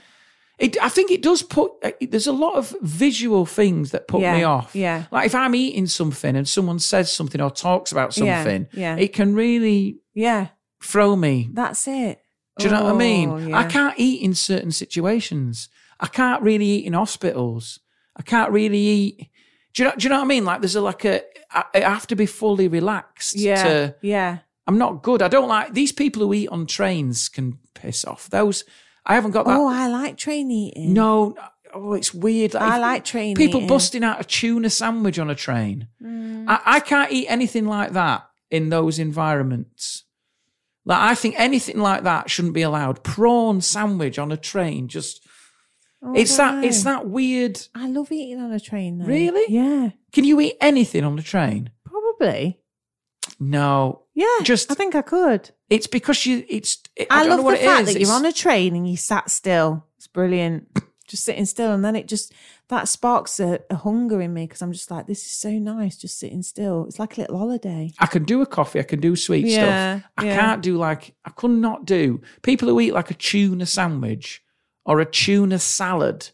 It, I think it does put. uh, There's a lot of visual things that put Yeah, me off. yeah. Like if I'm eating something and someone says something or talks about Yeah, something, yeah. it can really yeah, throw me. that's it. Do you know what I Oh, mean? yeah. I can't eat in certain situations. I can't really eat in hospitals. I can't really eat. Do you know? Do you know what I mean? Like there's a like a. I, I have to be fully relaxed. Yeah, To, yeah. I'm not good. I don't like these people who eat on trains can piss off. Those I haven't got that. oh, I like train eating. No, oh, it's weird. I if- like train People eating. busting out a tuna sandwich on a train. Mm. I, I can't eat anything like that in those environments. Like I think anything like that shouldn't be allowed. Prawn sandwich on a train, just Oh, it's I that don't it's know. that weird. I love eating on a train. Though. Really? Yeah, Can you eat anything on the train? probably. No, Yeah, Just- I think I could. it's because you. It's it, I, I, don't love know what the it fact is. that It's- you're on a train and you sat still. It's brilliant. just sitting still, and then it just that sparks a, a hunger in me because I'm just like, this is so nice, just sitting still. It's like a little holiday. I can do a coffee, I can do sweet Yeah, stuff. I yeah. can't do like I could not do people who eat like a tuna sandwich or a tuna salad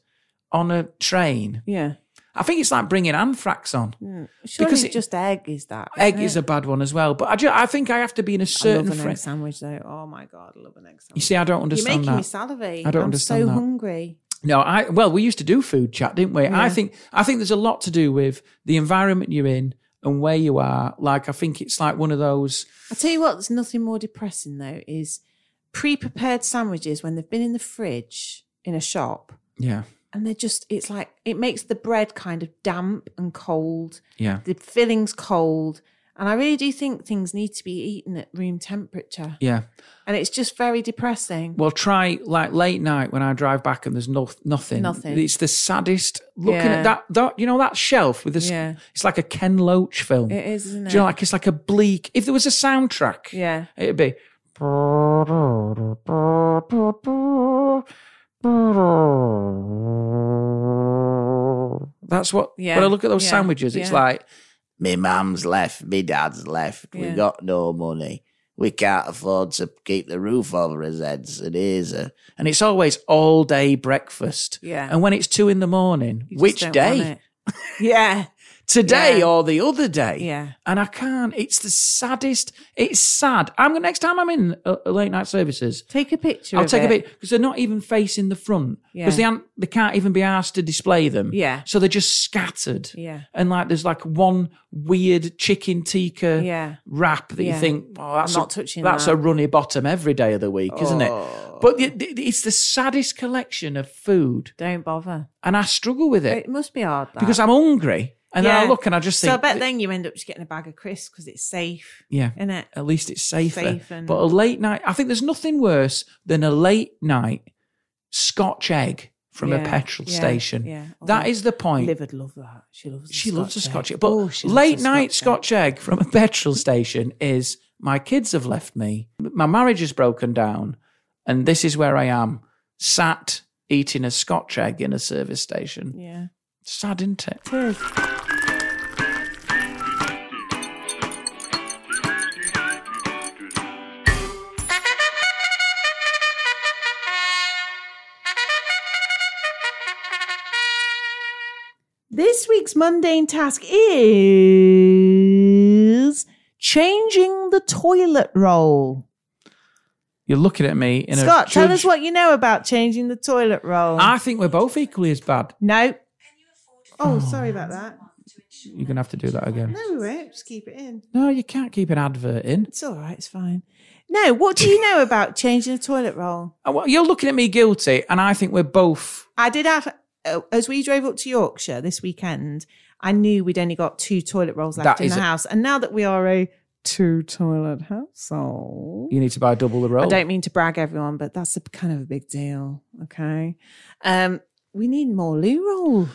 on a train. Yeah, I think it's like bringing anthrax on. surely Because it's it- just egg is that Egg isn't is it? a bad one as well, but I, ju- I think I have to be in a I love certain an egg frame. sandwich though. Oh my god, I love an egg You sandwich. see, I don't You're making understand me that. salivate. I don't I'm understand so that. hungry. No, I well, we used to do food chat, didn't we? I Yeah. think I think there's a lot to do with the environment you're in and where you are. Like I think it's like one of those. I tell you what, there's nothing more depressing though is pre-prepared sandwiches when they've been in the fridge in a shop Yeah, and they're just it's like it makes the bread kind of damp and cold yeah, the filling's cold and i really do think things need to be eaten at room temperature yeah. and it's just very depressing Well, try like late night when I drive back and there's no, nothing. Nothing. It's the saddest looking Yeah. at that that you know that shelf with this. Yeah. It's like a Ken Loach film. it is isn't it Do you know, like it's like a bleak. If there was a soundtrack, yeah it'd be. That's what. Yeah. When I look at those Yeah. sandwiches, it's Yeah. like Me mum's left, me dad's left. Yeah. We got no money. We can't afford to keep the roof over his heads and ears. uh, and it's always all day breakfast. Yeah. And when it's two in the morning, You just which don't day? want it. yeah Today Yeah. or the other day? yeah and I can't. It's the saddest. It's sad. I'm gonna next time I'm in uh, late night services. take a picture I'll of take a it. bit because they're not even facing the front Yeah. because they aren't, they can't even be asked to display them. Yeah. so they're just scattered. Yeah. and like there's like one weird chicken tikka Yeah. wrap that you Yeah. think, oh, that's I'm not a, touching That's that." Oh. a runny bottom every day of the week, isn't it? But it- it- it's the saddest collection of food, don't bother and I struggle with it it must be hard that. because I'm hungry. And then I Yeah. look and I just think, So I bet then you end up just getting a bag of crisps because it's safe, yeah, isn't it? at least it's safer. Safe and- But a late night, I think there's nothing worse than a late night Scotch egg from a Yeah, petrol yeah, station. yeah. That is the point. Liv would love that. She loves. she loves a Scotch egg, but Oh, she loves a late night Scotch Scotch egg. egg from a petrol station is my kids have left me, my marriage is broken down, and this is where I am, sat eating a Scotch egg in a service station. Yeah. Sad, isn't it? This week's mundane task is changing the toilet roll. You're looking at me in Scott, a tell judge- us what you know about changing the toilet roll. I think we're both equally as bad. no. Oh, sorry about that. You're gonna have to do that again. No, we won't. Just keep it in. No, you can't keep an advert in. It's all right. It's fine. No, what do you know about changing the toilet roll? Oh, well, You're looking at me guilty, and I think we're both. I did have, uh, as we drove up to Yorkshire this weekend, I knew we'd only got two toilet rolls left That in is the a- house. And now that we are a two toilet household, You need to buy double the roll. I don't mean to brag everyone, but that's a kind of a big deal. Okay. Um, we need more loo roll.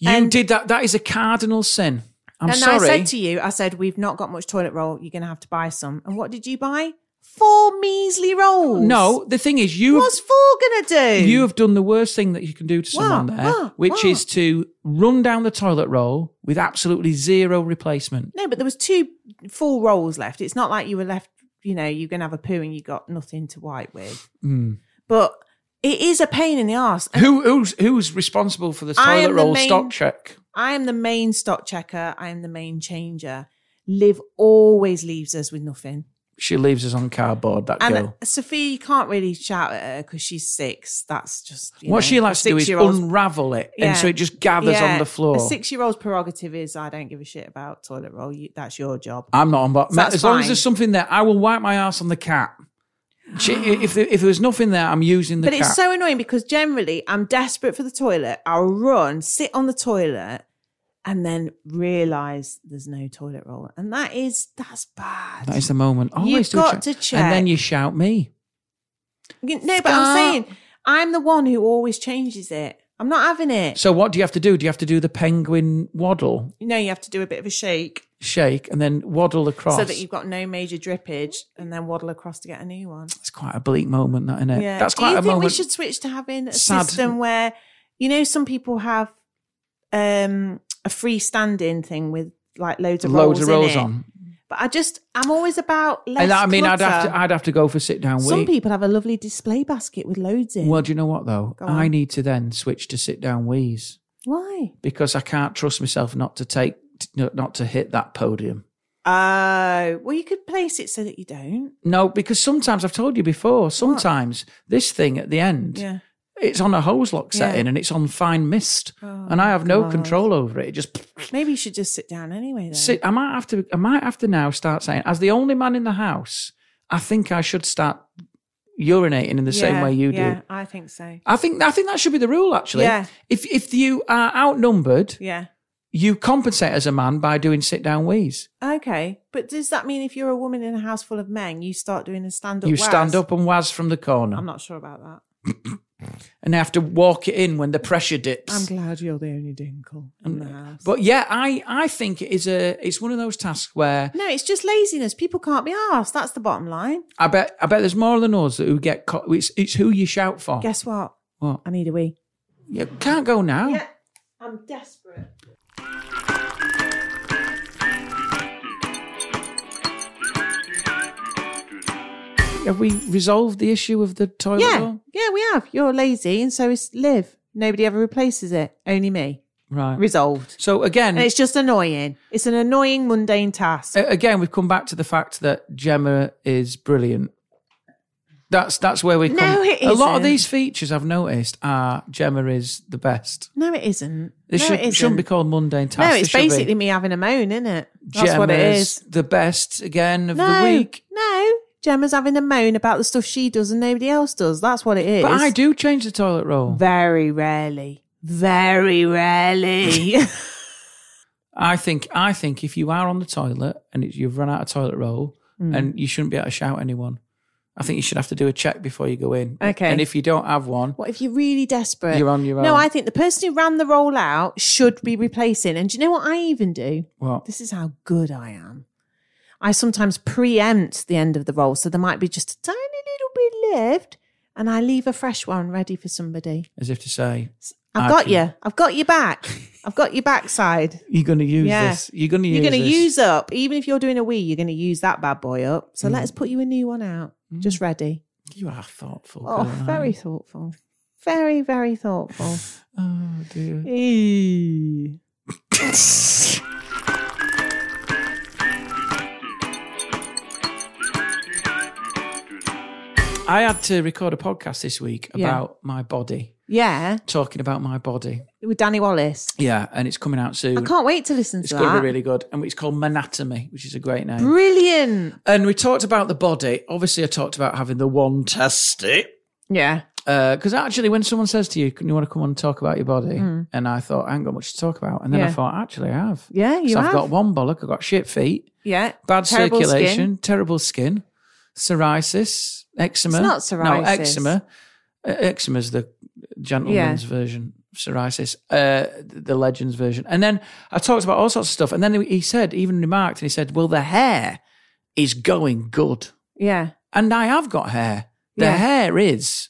you and- did that. That is a cardinal sin. I'm and sorry. I said to you, I said, we've not got much toilet roll. You're going to have to buy some. And what did you buy? Four measly rolls. no, the thing is, you have What's four going to do? You have done the worst thing that you can do to someone What? there, What? which What? is to run down the toilet roll with absolutely zero replacement. No, but there was two full rolls left. It's not like you were left, you know, you're going to have a poo and you got nothing to wipe with. Hmm. But it is a pain in the arse. And Who, who's who's responsible for the I toilet am the roll main- stock check? I am the main stock checker. I am the main changer. Liv always leaves us with nothing. She leaves us on cardboard. That And girl. Sophie, you can't really shout at her because she's six. That's just you What know, she a likes to do is six-year-old's- unravel it, Yeah. and so it just gathers Yeah, on the A floor. six-year-old's prerogative is I don't give a shit about toilet roll. You, that's your job. I'm not on, but That's as long as fine. there's something there, I will wipe my ass on the cat. She, if there, if there's nothing there, I'm using the But cat. it's so annoying because generally I'm desperate for the toilet. I'll run, sit on the toilet, and then realize there's no toilet roll, and that is that's bad. that is the moment. Always You've do a got check. to and then check. you shout me. You- no, but I'm Stop. saying I'm the one who always changes it. I'm not having it. So what do you have to do? Do you have to do the penguin waddle you know, you have to do a bit of a shake shake and then waddle across. so that you've got no major drippage, and then waddle across to get a new one. That's quite a bleak moment, that isn't it? Yeah. Uh, That's quite Do you a think moment. we should switch to having a Sad. system where you know some people have um a freestanding thing with like loads of Loads rolls of in rolls it. on, But I just I'm always about less. and I mean, I'd have clutter. to, I'd have to go for sit down. some wee. people have a lovely display basket with loads in. Well, do you know what though? on. I need to then switch to sit down wheeze Why? because I can't trust myself not to take, not to hit that podium. Oh, well, you could place it so that you don't. No, because sometimes I've told you before. Sometimes this thing at the end, Yeah. it's on a hose lock Yeah. Oh setting and it's on fine mist, and I have no control over it. It just Maybe you should just sit down anyway. Then. sit. I might have to. I might have to now start saying, as the only man in the house, I think I should start urinating in the same Yeah, way you Yeah, do. I think so. I think. I think that should be the rule. Actually, Yeah. if if you are outnumbered, Yeah. you compensate as a man by doing sit down wheeze. Okay, but does that mean if you're a woman in a house full of men, you start doing a stand up? You stand up and waz from the corner, I'm not sure about that. and have to walk it in when the pressure dips. glad you're the only dinkle in the house. but yeah, I, I think it is a it's one of those tasks where no, it's just laziness. People can't be arsed. That's the bottom line. I bet I bet there's more than us that who get caught. It's, it's who you shout for. Guess what? Oh. What? I need a wee. You can't go now. I'm desperate. Have we resolved the issue of the toilet Yeah, roll? yeah, we have. You're lazy, and so is Liv. Nobody ever replaces it. Only me. Right. Resolved. so again, And it's just annoying. It's an annoying mundane task. a- again, we've come back to the fact that Gemma is brilliant. That's that's where we come. No, it A lot of isn't. these features I've noticed are Gemma is the best. no, it isn't. This no, should, it isn't. shouldn't be called mundane tasks. no, They it's should be basically me having a moan, isn't it? That's Gemma's what it is. the best again of No, the week. no. Gemma's having a moan about the stuff she does and nobody else does. That's what it is. But I do change the toilet roll. Very rarely. Very rarely. I think I think if you are on the toilet and it, you've run out of toilet roll Hmm. and you shouldn't be able to shout anyone, I think you should have to do a check before you go in. Okay. And if you don't have one, What if you're really desperate? You're on your No, own. I think the person who ran the roll out should be replacing. And do you know what I even do? what? This is how good I am. I sometimes preempt the end of the roll, so there might be just a tiny little bit left, and I leave a fresh one ready for somebody. As if to say, I've I got can- you. I've got your back. I've got your backside. you're going to use Yeah. this. You're going to use You're going to this. use up, even if you're doing a wee, you're going to use that bad boy up. Mm. So let's put you a new one out, just ready. You are thoughtful. Oh, girl, aren't very you? thoughtful. Very, very thoughtful. Oh, dear. Eee. I had to record a podcast this week Yeah. about my body, Yeah, talking about my body. with Danny Wallace. Yeah, and it's coming out soon. I can't wait to listen it's to going to that. be really good. And it's called Manatomy, which is a great name. Brilliant. And we talked about the body. Obviously, I talked about having the one testy. Yeah. Because Uh, actually, when someone says to you, "Can you want to come and talk about your body?" and I thought, "I ain't got much to talk about," and then I Hmm. Yeah. thought, "Actually, I have." Yeah, 'Cause you I've have. got one bollock. I've got shit feet, yeah. bad Terrible skin. circulation, terrible skin, psoriasis, eczema. It's not No, psoriasis. eczema. Uh, eczema's the gentleman's version. Psoriasis, uh, the legend's version. And then I talked about all sorts of stuff. And then he said, even remarked, and he said, "Well, the hair is going good." Yeah. and I have got hair. The Yeah. hair is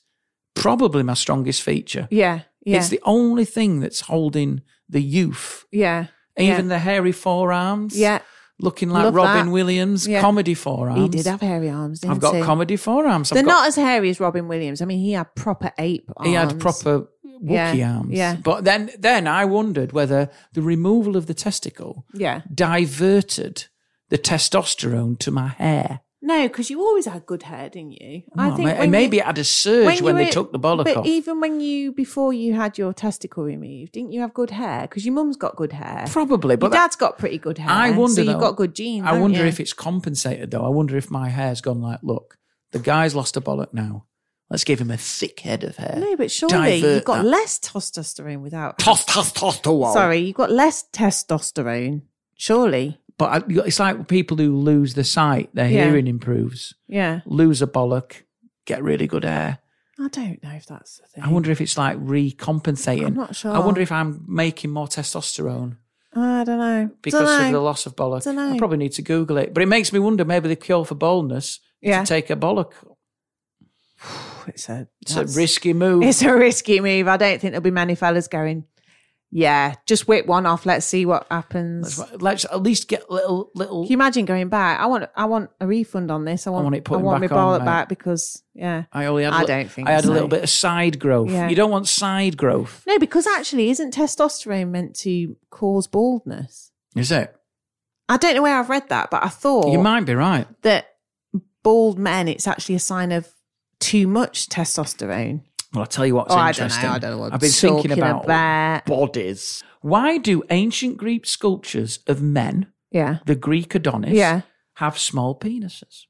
probably my strongest feature. Yeah. Yeah. It's the only thing that's holding the youth. yeah. Even the hairy forearms. Yeah. Looking like Love Robin that. Williams, Yeah. comedy forearms. He did have hairy arms, didn't I've got he? comedy forearms. I've They're got- not as hairy as Robin Williams. I mean, he had proper ape arms. He had proper Yeah, wookie arms. yeah. But then, then I wondered whether the removal of the testicle Yeah. diverted the testosterone to my hair. No, because you always had good hair, didn't you? Oh, ma- when maybe you- it had a surge you when, they were- took the bollock But off. even when you, before you had your testicle removed, didn't you have good hair? Because your mum's got good hair. Probably, but Your that- dad's got pretty good hair. I wonder. So you've though, got good genes. I haven't wonder you? if it's compensated though. I wonder if my hair's gone like, look, the guy's lost a bollock now. Let's give him a thick head of hair. No, but surely Divert you've got that. less testosterone without. Toss, toss, toss to wall. Sorry, you've got less testosterone. Surely. But I, it's like people who lose their sight, their Yeah. hearing improves. Yeah. Lose a bollock, get really good hair. I don't know if that's the thing. I wonder if it's like recompensating. I'm not sure. I wonder if I'm making more testosterone I don't know. because Dunno. of the loss of bollock. Dunno. I probably need to Google it. But it makes me wonder. Maybe the cure for baldness Yeah. is to take a bollock. it's a It's that's- a risky move. It's a risky move. I don't think there'll be many fellas going. Yeah, just whip one off. Let's see what happens. Let's, let's at least get little little Can you imagine going back? I want, I want a refund on this. I want, want it putting I want back my ball on, mate. back because, yeah, I only had. a I li- don't think I had a so. little bit of side growth. Yeah. You don't want side growth, no, because actually, isn't testosterone meant to cause baldness? is it? I don't know where I've read that, but I thought You might be right. that bald men, it's actually a sign of too much testosterone. Well, I'll tell you what's Oh, I don't know. interesting. I don't know what have been talking thinking about, bodies. Why do ancient Greek sculptures of men, Yeah, the Greek Adonis, yeah, have small penises?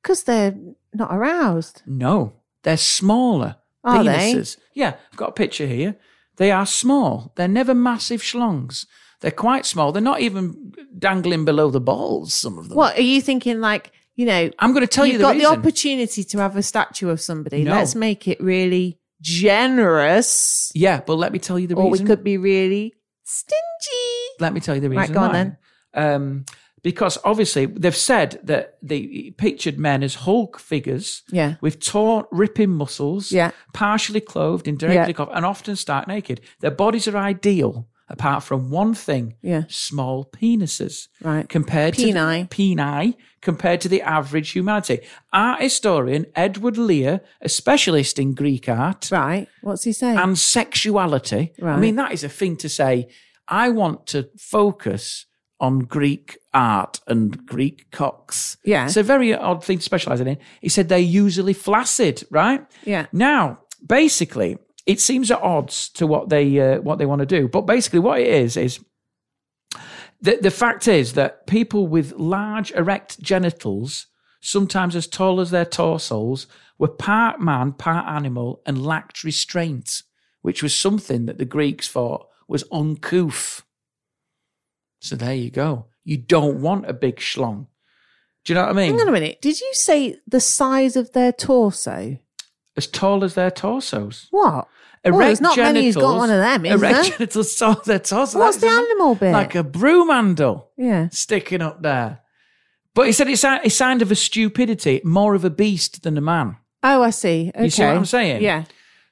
because they're not aroused. No, they're smaller Are they? penises. Yeah, I've got a picture here. They are small. They're never massive schlongs. They're quite small. They're not even dangling below the balls. Some of them. What are you thinking? Like, you know, I'm going to tell you've you the got reason. the opportunity to have a statue of somebody. No. Let's make it really generous, Yeah, but let me tell you the or we reason. could be really stingy. Let me tell you the reason. Right, go on why. then. Um, because obviously they've said that they pictured men as Hulk figures, Yeah. with taut, ripping muscles, Yeah. partially clothed, indirectly Yeah. clothed, and often stark naked. Their bodies are ideal, apart from one thing: Yeah. small penises. Right. compared Peni. to peni compared to the average humanity. Art historian Edward Lear, a specialist in Greek art, Right? What's he saying? and sexuality. I Right. mean, that is a thing to say. I want to focus on Greek art and Greek cocks. Yeah. It's a very odd thing to specialize in. He said they're usually flaccid, right? Yeah. Now, basically, it seems at odds to what they uh, what they want to do. But basically, what it is is the the fact is that people with large erect genitals, sometimes as tall as their torsos, were part man, part animal, and lacked restraint, which was something that the Greeks thought was uncouth. So there you go. You don't want a big schlong. Do you know what I mean? Hang on a minute. Did you say the size of their torso? As tall as their torsos. What? Erect Well, there's not many who's got genitals- one of them, is erect there? genitals, so their torso. What's that the is a- animal bit? Like a broom handle yeah. sticking up there. But he said it's a, a sign of a stupidity, more of a beast than a man. Oh, I see. Okay. You see what I'm saying? Yeah.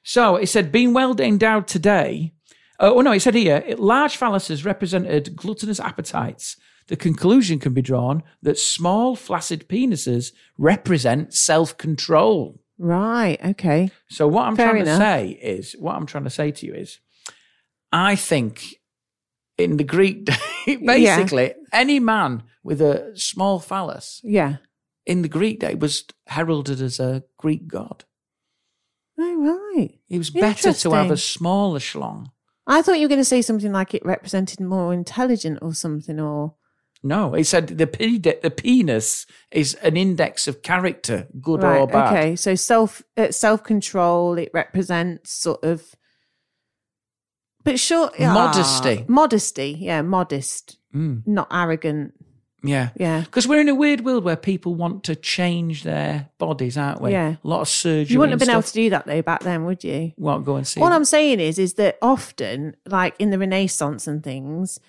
So it said, being well endowed today. Uh, oh no, it said here, it- large phalluses represented gluttonous appetites. The conclusion can be drawn that small, flaccid penises represent self-control. Right. Okay. So what I'm Fair trying enough. to say is, what I'm trying to say to you is, I think in the Greek, day, basically, any man with a small phallus Yeah. in the Greek day was heralded as a Greek god. Oh, right. It was better to have Interesting. a smaller schlong. I thought you were going to say something like it represented more intelligent or something, or No, it said the, pe- the penis is an index of character, good right, or bad. okay. So self uh, self control. It represents sort of, but sure, ah, Modesty. Hmm. modesty. Yeah, modest, not arrogant. Yeah. Yeah. Because we're in a weird world where people want to change their bodies, aren't we? Yeah. A lot of surgery. You wouldn't have been able and to um, stuff. do that though back then, would you? Well, go and see. All I'm saying is, is that often, like in the Renaissance and things,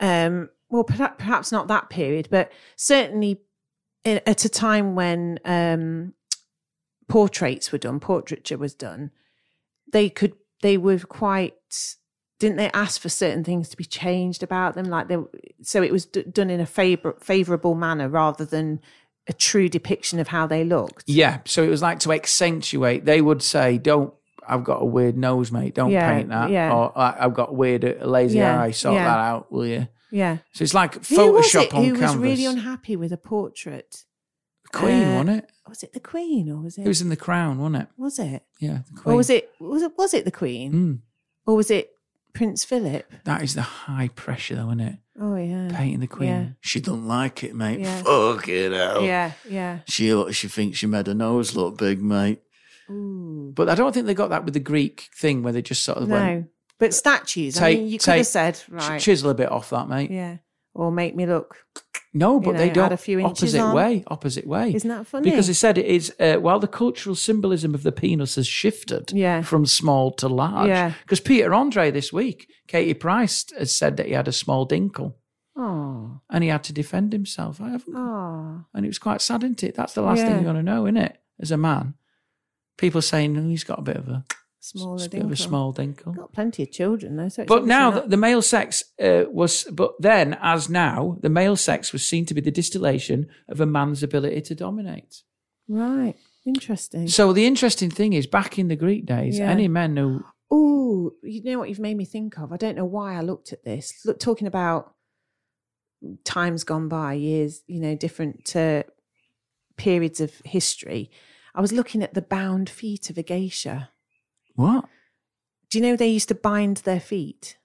um, well, perha- perhaps not that period, but certainly i- at a time when um, portraits were done, portraiture was done, they could, they were quite, didn't they ask for certain things to be changed about them? Like they, so it was d- done in a favor- favorable manner rather than a true depiction of how they looked. Yeah, so it was like to accentuate. They would say, "Don't." I've got a weird nose, mate. Don't Yeah, paint that. yeah. Or I- I've got a weird a lazy Yeah, eye. Sort yeah. that out, will you? Yeah. So it's like Who was Photoshop it on who canvas. was really unhappy with a portrait? Queen, uh, wasn't it? was it the Queen or was it? It was in the Crown, wasn't it? was it? Yeah, the Queen. Or was it? Was it? Was it the Queen? Mm. Or was it Prince Philip? That is the high pressure, though, isn't it? Oh yeah, Painting the Queen. Yeah. She don't like it, mate. Yeah. Fuck it out. Oh. yeah, yeah. She she thinks she made her nose look big, mate. Ooh. But I don't think they got that with the Greek thing where they just sort of went No, but statues. I Take- mean, you could take- have said "Ch- right. chisel a bit off that, mate. yeah, or make me look. No, but know, they add don't. a few inches opposite on. way, opposite way. Isn't that funny? Because he said it is uh, while the cultural symbolism of the penis has shifted Yeah. from small to large. Yeah. Because Peter Andre this week, Katie Price has said that he had a small dinkle Oh, and he had to defend himself. I haven't. oh, And it was quite sad, isn't it? That's the last Yeah. thing you want to know, isn't it? As a man, people saying oh, he's got a bit of a, smaller. bit of a dinkle. small dinkle. Got plenty of children though. So it's But obviously now not- the, the male sex uh, was, but then as now, the male sex was seen to be the distillation of a man's ability to dominate. right, interesting. So the interesting thing is, back in the Greek days, Yeah. any men who Oh, you know what you've made me think of? I don't know why I looked at this. Look, talking about times gone by, years, you know, different uh, periods of history. I was looking at the bound feet of a geisha. what Do you know they used to bind their feet?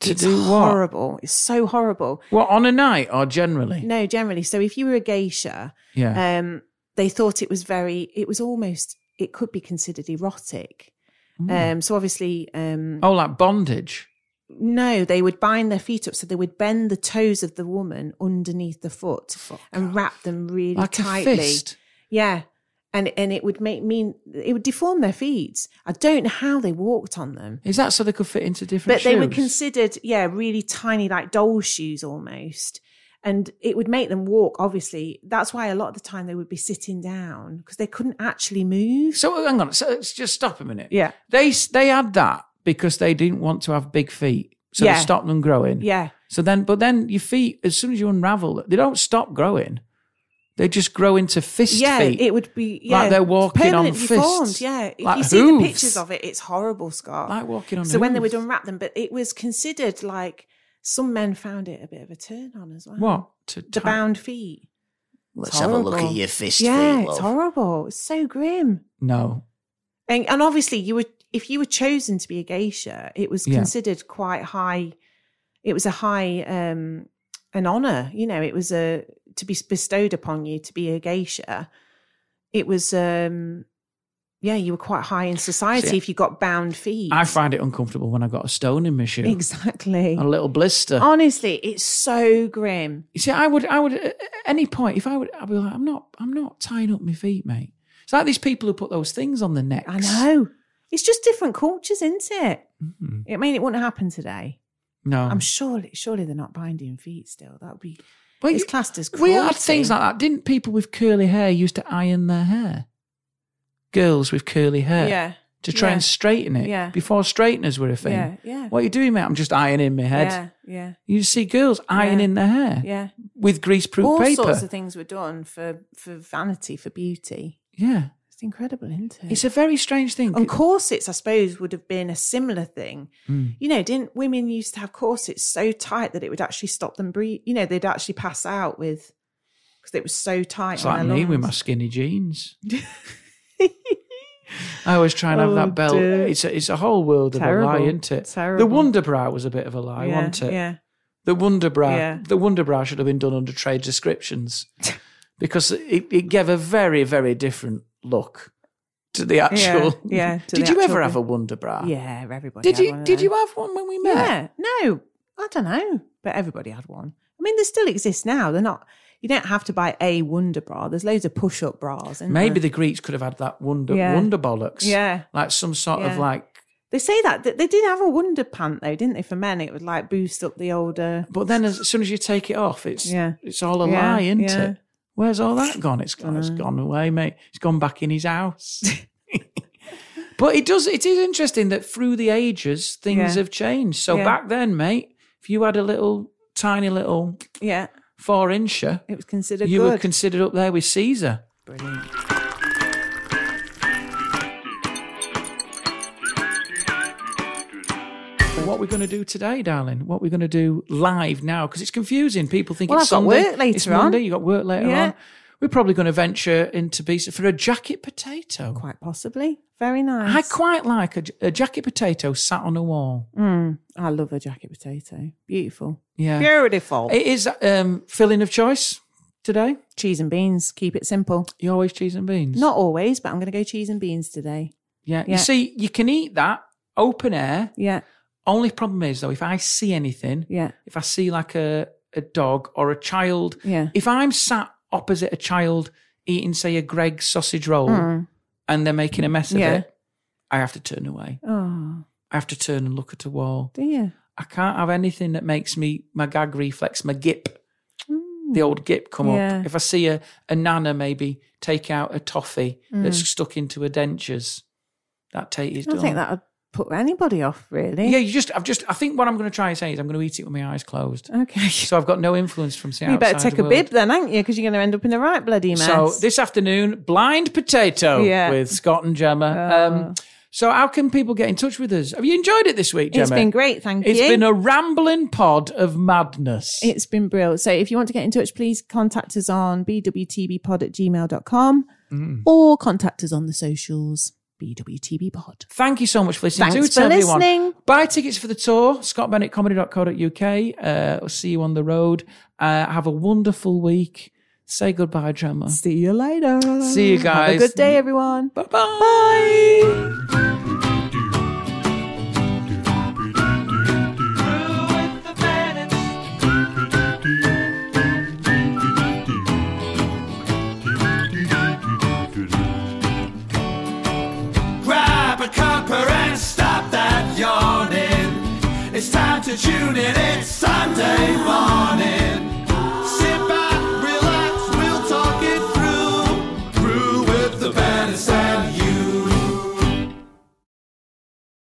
to it's do what? horrible. It's so horrible. What on a night or generally? No, generally. So if you were a geisha, yeah, um, they thought it was very. It was almost. It could be considered erotic. Mm. Um, so obviously, um, oh, like bondage. No, they would bind their feet up so they would bend the toes of the woman underneath the foot and wrap them really Like tightly. a fist. Yeah. And and it would make mean it would deform their feet. I don't know how they walked on them. Is that so they could fit into different But they were shoes? considered, yeah, really tiny, like doll shoes almost. And it would make them walk, obviously. That's why a lot of the time they would be sitting down because they couldn't actually move. so hang on. So let's just stop a minute. Yeah. they s- they had that because they didn't want to have big feet, so Yeah. they stopped them growing. Yeah. So then, but then your feet, as soon as you unravel, they don't stop growing. They just grow into fist yeah, feet. it would be yeah, they're walking on permanently deformed, fists. Yeah, if you Like see hooves. the pictures of it, it's horrible, Scott. Like walking on So when they would hooves. unwrap them, but it was considered like some men found it a bit of a turn on as well. what to tie- the bound feet? Let's have a look at horrible. your fist yeah, feet, it's love. horrible. It's so grim. No, And, and obviously, you were if you were chosen to be a geisha, it was Yeah. considered quite high. It was a high um an honor. You know, it was a to be bestowed upon you to be a geisha. It was um Yeah, you were quite high in society See, if you got bound feet. I find it uncomfortable when I got a stone in my shoe, exactly. a little blister. Oh. Honestly, it's so grim. You see, I would, I would, at any point, if I would, I'd be like, I'm not, I'm not tying up my feet, mate. It's like these people who put those things on the necks. I know. It's just different cultures, isn't it? Mm-hmm. I mean, it wouldn't happen today. No, I'm surely, surely they're not binding feet still. That would be. Well, it's you- classed as we had cruelty. things like that. Didn't people with curly hair used to iron their hair? Girls with curly hair, Yeah. to try yeah. and straighten it. Yeah. before straighteners were a thing. Yeah, yeah. What are you doing, mate? I'm just ironing my head. Yeah, yeah, You see girls ironing their hair yeah. with greaseproof All paper. sorts of things were done for for vanity, for beauty. yeah, It's incredible, isn't it? it's a very strange thing. and corsets, I suppose, would have been a similar thing. Hmm. You know, didn't women used to have corsets so tight that it would actually stop them breathe? You know, they'd actually pass out with because it was so tight. It's on like their me with my lungs. skinny jeans. I always try and have Oh, that belt. dear. It's a, it's a whole world of Terrible. a lie, isn't it? Terrible. The Wonder Bra was a bit of a lie, yeah, wasn't it? Yeah, The Wonder Bra, Yeah. the Wonder Bra should have been done under trade descriptions because it, it gave a very, very different look to the actual. yeah, to did the you ever actual- have a Wonder Bra? yeah. Everybody. Did had one you of Did those. you have one when we met? Yeah. No, I don't know, but everybody had one. I mean, they still exist now. They're not. You don't have to buy a wonder bra. There's loads of push-up bras. Isn't Maybe the there? Greeks could have had that wonder Yeah. wonder bollocks. Yeah. Like some sort of Yeah. like They say that that they did have a wonder pant though, didn't they? For men, it would like boost up the older. But then as soon as you take it off, it's Yeah. it's all a Yeah, lie, isn't yeah. Uh. it? Where's all that gone? It's gone. It's gone away, mate. It's gone back in his house. but it does. It is interesting that through the ages things Yeah. have changed. So Yeah. back then, mate, if you had a little tiny little Yeah, four incher, it was considered you were good. considered up there with Caesar. Brilliant. What we're going to do today, darling? What we're going to do live now? Because it's confusing. People think Well, it's I've got Sunday. work later it's on. Monday. You got work later Yeah. on. We're probably going to venture into Bisa for a jacket potato. Quite possibly, very I nice. Mm. quite like a, j- a jacket potato sat on a wall. I love a jacket potato. Beautiful, Yeah, beautiful. it is um, filling of choice today. cheese and beans. Keep it simple. You always cheese and beans. Not always, but I'm going to go cheese and beans today. Yeah. Yeah. You see, you can eat that open air. Yeah, Only problem is though, if I see anything, yeah, if I see like a, a dog or a child, yeah. if I'm sat opposite a child eating, say, a Greg sausage roll and they're making a mess of Hmm. Yeah. it, I have to turn away. Oh, I have to turn and look at a wall. do you? I can't have anything that makes me my gag reflex, my gip, the old gip come Hmm. Yeah. up. If I see a, a nana maybe take out a toffee that's stuck into her dentures, that take is Hmm. I done. don't think that would put anybody off, really. Yeah, you just, I've just, I think what I'm going to try and say is I'm going to eat it with my eyes closed. Okay. So I've got no influence from seeing Oh. you better outside take the a world. bib then, aren't you? Because you're going to end up in the right bloody mess. So this afternoon, blind potato Yeah. Oh. with Scott and Gemma. Um, so how can people get in touch with us? Have you enjoyed it this week, Gemma? it's been great, thank It's you. been a rambling pod of madness. It's been brilliant. So if you want to get in touch, please contact us on bwtbpod at gmail.com or contact us on the socials, bwtbpod. Thank you so much for listening Thanks to for it, everyone. listening. Buy tickets for the tour, scottbennettcomedy.co.uk. Uh, we'll see you on the road. Uh, have a wonderful week. Say goodbye, Gemma. See you later. See you Have guys. a good day, everyone. Bye-bye. Bye. Grab a cuppa and stop that yawning. It's time to tune in, it's Sunday morning.